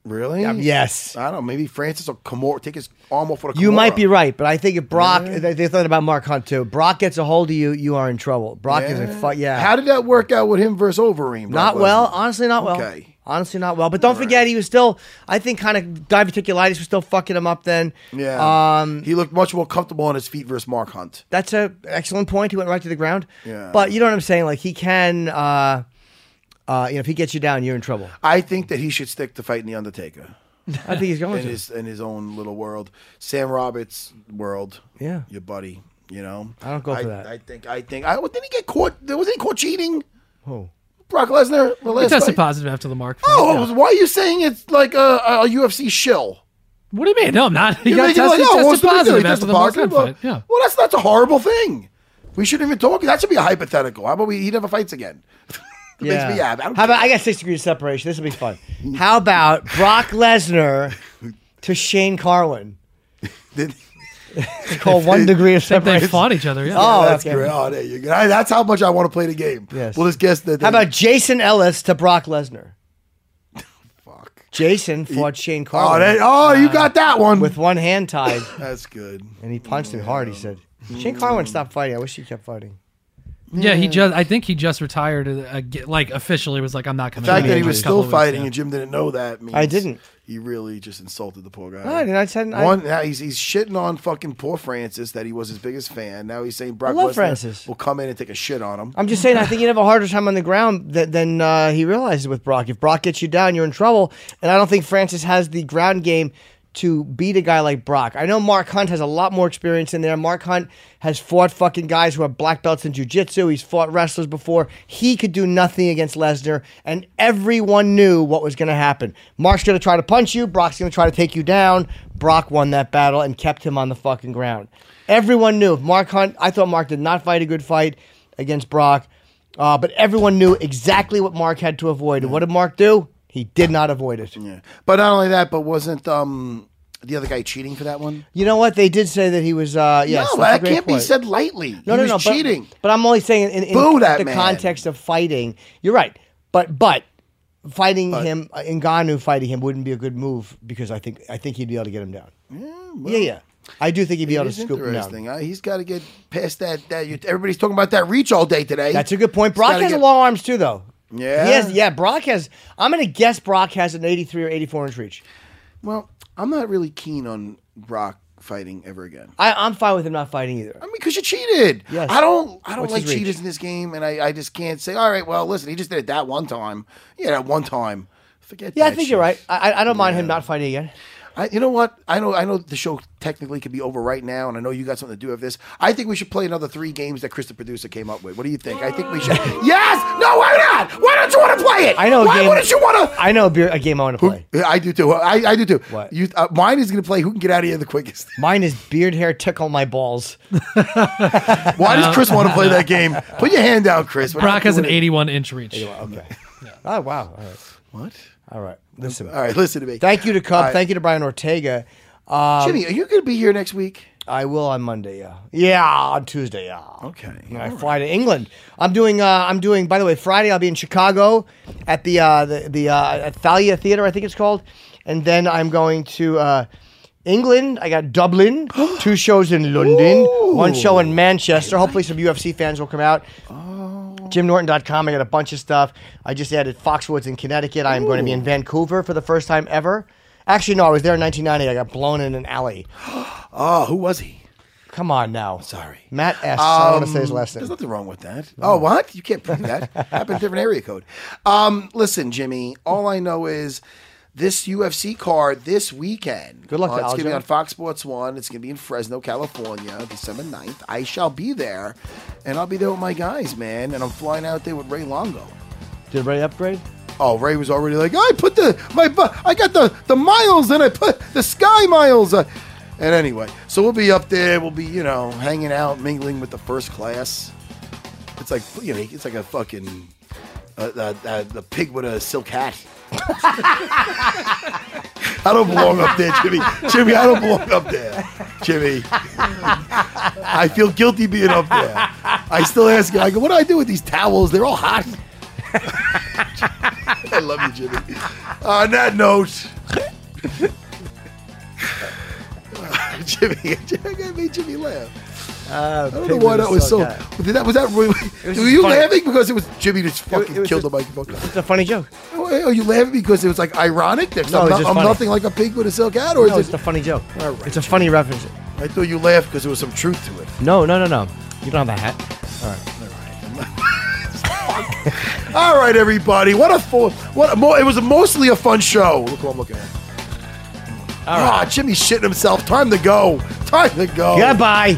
Speaker 4: Really?
Speaker 3: Yes.
Speaker 4: I don't know. Maybe Francis will Kimura, take his arm off for the
Speaker 3: You might be right, but I think if Brock, they, they thought about Mark Hunt too. Brock gets a hold of you, you are in trouble. Brock is a fuck. Yeah.
Speaker 4: How did that work out with him versus Overeem?
Speaker 3: Not
Speaker 4: Brock
Speaker 3: well.
Speaker 4: Lesnar?
Speaker 3: Honestly, not well.
Speaker 4: Okay.
Speaker 3: Honestly, not well. But don't forget, he was still, I think, kind of diverticulitis was still fucking him up then.
Speaker 4: Yeah.
Speaker 3: Um,
Speaker 4: he looked much more comfortable on his feet versus Mark Hunt.
Speaker 3: that's a excellent point. He went right to the ground.
Speaker 4: Yeah.
Speaker 3: But you know what I'm saying? Like, he can, uh, uh, you know, if he gets you down, you're in trouble.
Speaker 4: I think that he should stick to fighting the Undertaker
Speaker 3: I think he's going
Speaker 4: in
Speaker 3: to.
Speaker 4: his in his own little world, Sam Roberts' world.
Speaker 3: Yeah.
Speaker 4: your buddy. You know,
Speaker 3: I don't go for that.
Speaker 4: I think I think I well, didn't he get caught. There wasn't he caught cheating.
Speaker 3: Who?
Speaker 4: Brock Lesnar. The
Speaker 7: He
Speaker 4: last
Speaker 7: tested
Speaker 4: fight?
Speaker 7: positive after the mark.
Speaker 4: Oh,
Speaker 7: Yeah.
Speaker 4: why are you saying it's like a, a UFC shill?
Speaker 7: what do you mean? No, I'm not. He
Speaker 4: You
Speaker 7: got
Speaker 4: make it
Speaker 7: tested,
Speaker 4: like, oh, what's
Speaker 7: tested
Speaker 4: the big deal? He
Speaker 7: positive after
Speaker 4: tested
Speaker 7: the mark.
Speaker 4: positive?
Speaker 7: Hunt fight. Yeah.
Speaker 4: Well, well, that's that's a horrible thing. We shouldn't even talk. That should be a hypothetical. How about we, he never fights again? It makes me happy. I don't
Speaker 3: How about
Speaker 4: care.
Speaker 3: I got six degrees of separation? This will be fun. How about Brock Lesnar to Shane Carwin? It's called one degree of
Speaker 7: They
Speaker 3: separation.
Speaker 7: fought each other. Yeah.
Speaker 3: Oh,
Speaker 4: that's
Speaker 3: okay.
Speaker 4: great. Oh, there you go. I- That's how much I want to play the game.
Speaker 3: Yes.
Speaker 4: We'll just guess that.
Speaker 3: How about Jason Ellis to Brock Lesnar?
Speaker 4: Fuck.
Speaker 3: Jason fought Shane
Speaker 4: Oh,
Speaker 3: Carwin
Speaker 4: that, oh, you got that one.
Speaker 3: with one hand tied,
Speaker 4: that's good.
Speaker 3: and he punched him hard. He said, "Shane Carwin stopped fighting. I wish he kept fighting."
Speaker 7: Yeah, he just. I think he just retired. uh, Uh, get- like officially, was like, I'm not
Speaker 4: The
Speaker 7: coming.
Speaker 4: fact
Speaker 7: back
Speaker 4: that he
Speaker 7: in
Speaker 4: was
Speaker 7: a couple
Speaker 4: still
Speaker 7: of weeks,
Speaker 4: fighting
Speaker 7: yeah.
Speaker 4: and Jim didn't know that means
Speaker 3: I didn't.
Speaker 4: He really just insulted the poor guy.
Speaker 3: No, I didn't. I said, I-
Speaker 4: one. Now he's he's shitting on fucking poor Francis that he was his biggest fan. Now he's saying Brock
Speaker 3: love
Speaker 4: Lesnar
Speaker 3: Francis.
Speaker 4: will come in and take a shit on him.
Speaker 3: I'm just saying. I think you'd have a harder time on the ground than, than uh, he realizes with Brock. If Brock gets you down, you're in trouble. And I don't think Francis has the ground game to beat a guy like Brock. I know Mark Hunt has a lot more experience in there. Mark Hunt has fought fucking guys who are black belts in jiu-jitsu. He's fought wrestlers before. He could do nothing against Lesnar, and everyone knew what was going to happen. Mark's going to try to punch you. Brock's going to try to take you down. Brock won that battle and kept him on the fucking ground. Everyone knew. If Mark Hunt, I thought Mark did not fight a good fight against Brock. Uh, but everyone knew exactly what Mark had to avoid. And what did Mark do? He did not avoid it.
Speaker 4: But not only that, but wasn't um the other guy cheating for that one?
Speaker 3: You know what? They did say that he was. Uh, yes,
Speaker 4: no,
Speaker 3: that's a
Speaker 4: that
Speaker 3: great
Speaker 4: can't be
Speaker 3: point.
Speaker 4: said lightly.
Speaker 3: No,
Speaker 4: he
Speaker 3: no, no.
Speaker 4: was
Speaker 3: but-
Speaker 4: cheating.
Speaker 3: But, I'm only saying in, in
Speaker 4: Boo that
Speaker 3: the
Speaker 4: man.
Speaker 3: context of fighting. You're right. But but fighting him, uh, Ngannou fighting him wouldn't be a good move because I think I think he'd be able to get him down. Yeah, yeah, I do think he'd be able to
Speaker 4: It's
Speaker 3: scoop him down.
Speaker 4: interesting. Uh, he's got to get past that. That you, everybody's talking about that reach all day today.
Speaker 3: That's a good point.
Speaker 4: He's
Speaker 3: Brock
Speaker 4: gotta
Speaker 3: has
Speaker 4: get-
Speaker 3: long arms too, though.
Speaker 4: Yeah?
Speaker 3: He has, yeah. Brock has. I'm gonna guess Brock has an 83 or 84 inch reach.
Speaker 4: Well, I'm not really keen on Brock fighting ever again.
Speaker 3: I, I'm fine with him not fighting either.
Speaker 4: I mean, because you cheated.
Speaker 3: Yes.
Speaker 4: I don't. I don't
Speaker 3: What's
Speaker 4: like
Speaker 3: his reach?
Speaker 4: cheaters in this game, and I, I just can't say. All right, well, listen, he just did it that one time. Yeah, that one time. Forget.
Speaker 3: Yeah, I
Speaker 4: that
Speaker 3: think
Speaker 4: shit.
Speaker 3: you're right. I, I- I don't mind him not fighting again.
Speaker 4: I, you know what? I know. I know the show technically could be over right now, and I know you got something to do with this. I think we should play another three games that Chris the producer came up with. What do you think? I think we should. yes. No. Why not? Why don't you want to play it?
Speaker 3: I know. a
Speaker 4: Why
Speaker 3: game,
Speaker 4: wouldn't you want to?
Speaker 3: I know a, beer, a game I want to play.
Speaker 4: Yeah, I do too. I, I do too.
Speaker 3: What?
Speaker 4: You, uh, mine is going to play who can get out of here the quickest.
Speaker 3: Mine is beard hair tickle my balls.
Speaker 4: Why does Chris want to play that game? Put your hand down, Chris. We're not
Speaker 7: Brock has an
Speaker 4: doing it.
Speaker 7: 81 inch reach.
Speaker 3: Okay. Oh wow. All right.
Speaker 4: What?
Speaker 3: All right. Listen.
Speaker 4: All right, listen to me.
Speaker 3: Thank you to Cub.
Speaker 4: All right.
Speaker 3: Thank you to Brian Ortega. Um,
Speaker 4: Jimmy, are you going to be here next week?
Speaker 3: I will on Monday. Yeah. Yeah. On Tuesday. Yeah.
Speaker 4: Okay.
Speaker 3: And I fly to England. I'm doing. Uh, I'm doing. By the way, Friday I'll be in Chicago at the uh, the the uh, at Thalia Theater, I think it's called, and then I'm going to uh, England. I got Dublin, two shows in London, one show in Manchester. Hopefully, some UFC fans will come out. Oh. JimNorton.com. I got a bunch of stuff. I just added Foxwoods in Connecticut. I am going to be in Vancouver for the first time ever. Actually, no, I was there in 1990. I got blown in an alley.
Speaker 4: Oh, who was he?
Speaker 3: Come on now.
Speaker 4: Sorry.
Speaker 3: Matt S. I don't want to say his
Speaker 4: Um,
Speaker 3: last name.
Speaker 4: There's nothing wrong with that. Oh, what? You can't prove that. Happened different area code. Um, listen, Jimmy. All I know is this UFC card this weekend.
Speaker 3: Good luck
Speaker 4: Uh,
Speaker 3: to
Speaker 4: It's gonna be
Speaker 3: Aljo.
Speaker 4: on Fox Sports One. It's gonna be in Fresno, California, December 9th. I shall be there, and I'll be there with my guys, man. And I'm flying out there with Ray Longo.
Speaker 3: Did Ray upgrade?
Speaker 4: Oh, Ray was already like, I put the my bu- I got the the miles and I put the sky miles. Uh, and anyway, so we'll be up there. We'll be you know hanging out, mingling with the first class. It's like you know, it's like a fucking uh, uh, uh, the pig with a silk hat. I don't belong up there, Jimmy. Jimmy, I don't belong up there, Jimmy. I feel guilty being up there. I still ask you, I go, what do I do with these towels? They're all hot. I love you, Jimmy. On that note, Jimmy, I gotta make Jimmy laugh.
Speaker 3: Uh,
Speaker 4: I don't know why that was so. Did that was that? Really,
Speaker 3: was
Speaker 4: were you
Speaker 3: funny.
Speaker 4: laughing because it was Jimmy just fucking
Speaker 3: it was
Speaker 4: killed
Speaker 3: just-
Speaker 4: the microphone?
Speaker 3: It's a funny joke.
Speaker 4: Oh, Are you laughing because it was like ironic? That
Speaker 3: No,
Speaker 4: I'm,
Speaker 3: it's
Speaker 4: not-
Speaker 3: just
Speaker 4: I'm
Speaker 3: funny.
Speaker 4: nothing like a pig with a silk hat, or
Speaker 3: No,
Speaker 4: is
Speaker 3: it's
Speaker 4: it?
Speaker 3: a funny joke.
Speaker 4: All right.
Speaker 3: It's a funny reference.
Speaker 4: I thought you laughed because there was some truth to it.
Speaker 3: No, no, no, no. You don't have a hat.
Speaker 4: All right, everybody. What a fo- what a mo- it was mostly a fun show. Look what I'm looking at.
Speaker 3: All
Speaker 4: Ah,
Speaker 3: right.
Speaker 4: Jimmy's shitting himself. Time to go. Time to go.
Speaker 3: Goodbye.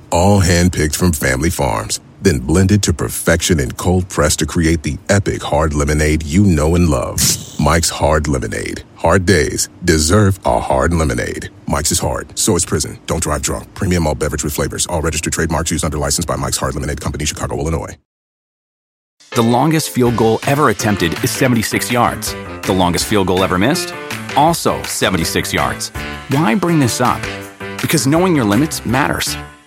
Speaker 10: all handpicked from family farms, then blended to perfection and cold pressed to create the epic hard lemonade you know and love. Mike's Hard Lemonade. Hard days deserve a hard lemonade. Mike's is hard, so is prison. Don't drive drunk. Premium all beverage with flavors. All registered trademarks used under license by Mike's Hard Lemonade Company, Chicago, Illinois.
Speaker 1: The longest field goal ever attempted is 76 yards. The longest field goal ever missed? Also 76 yards. Why bring this up? Because knowing your limits matters,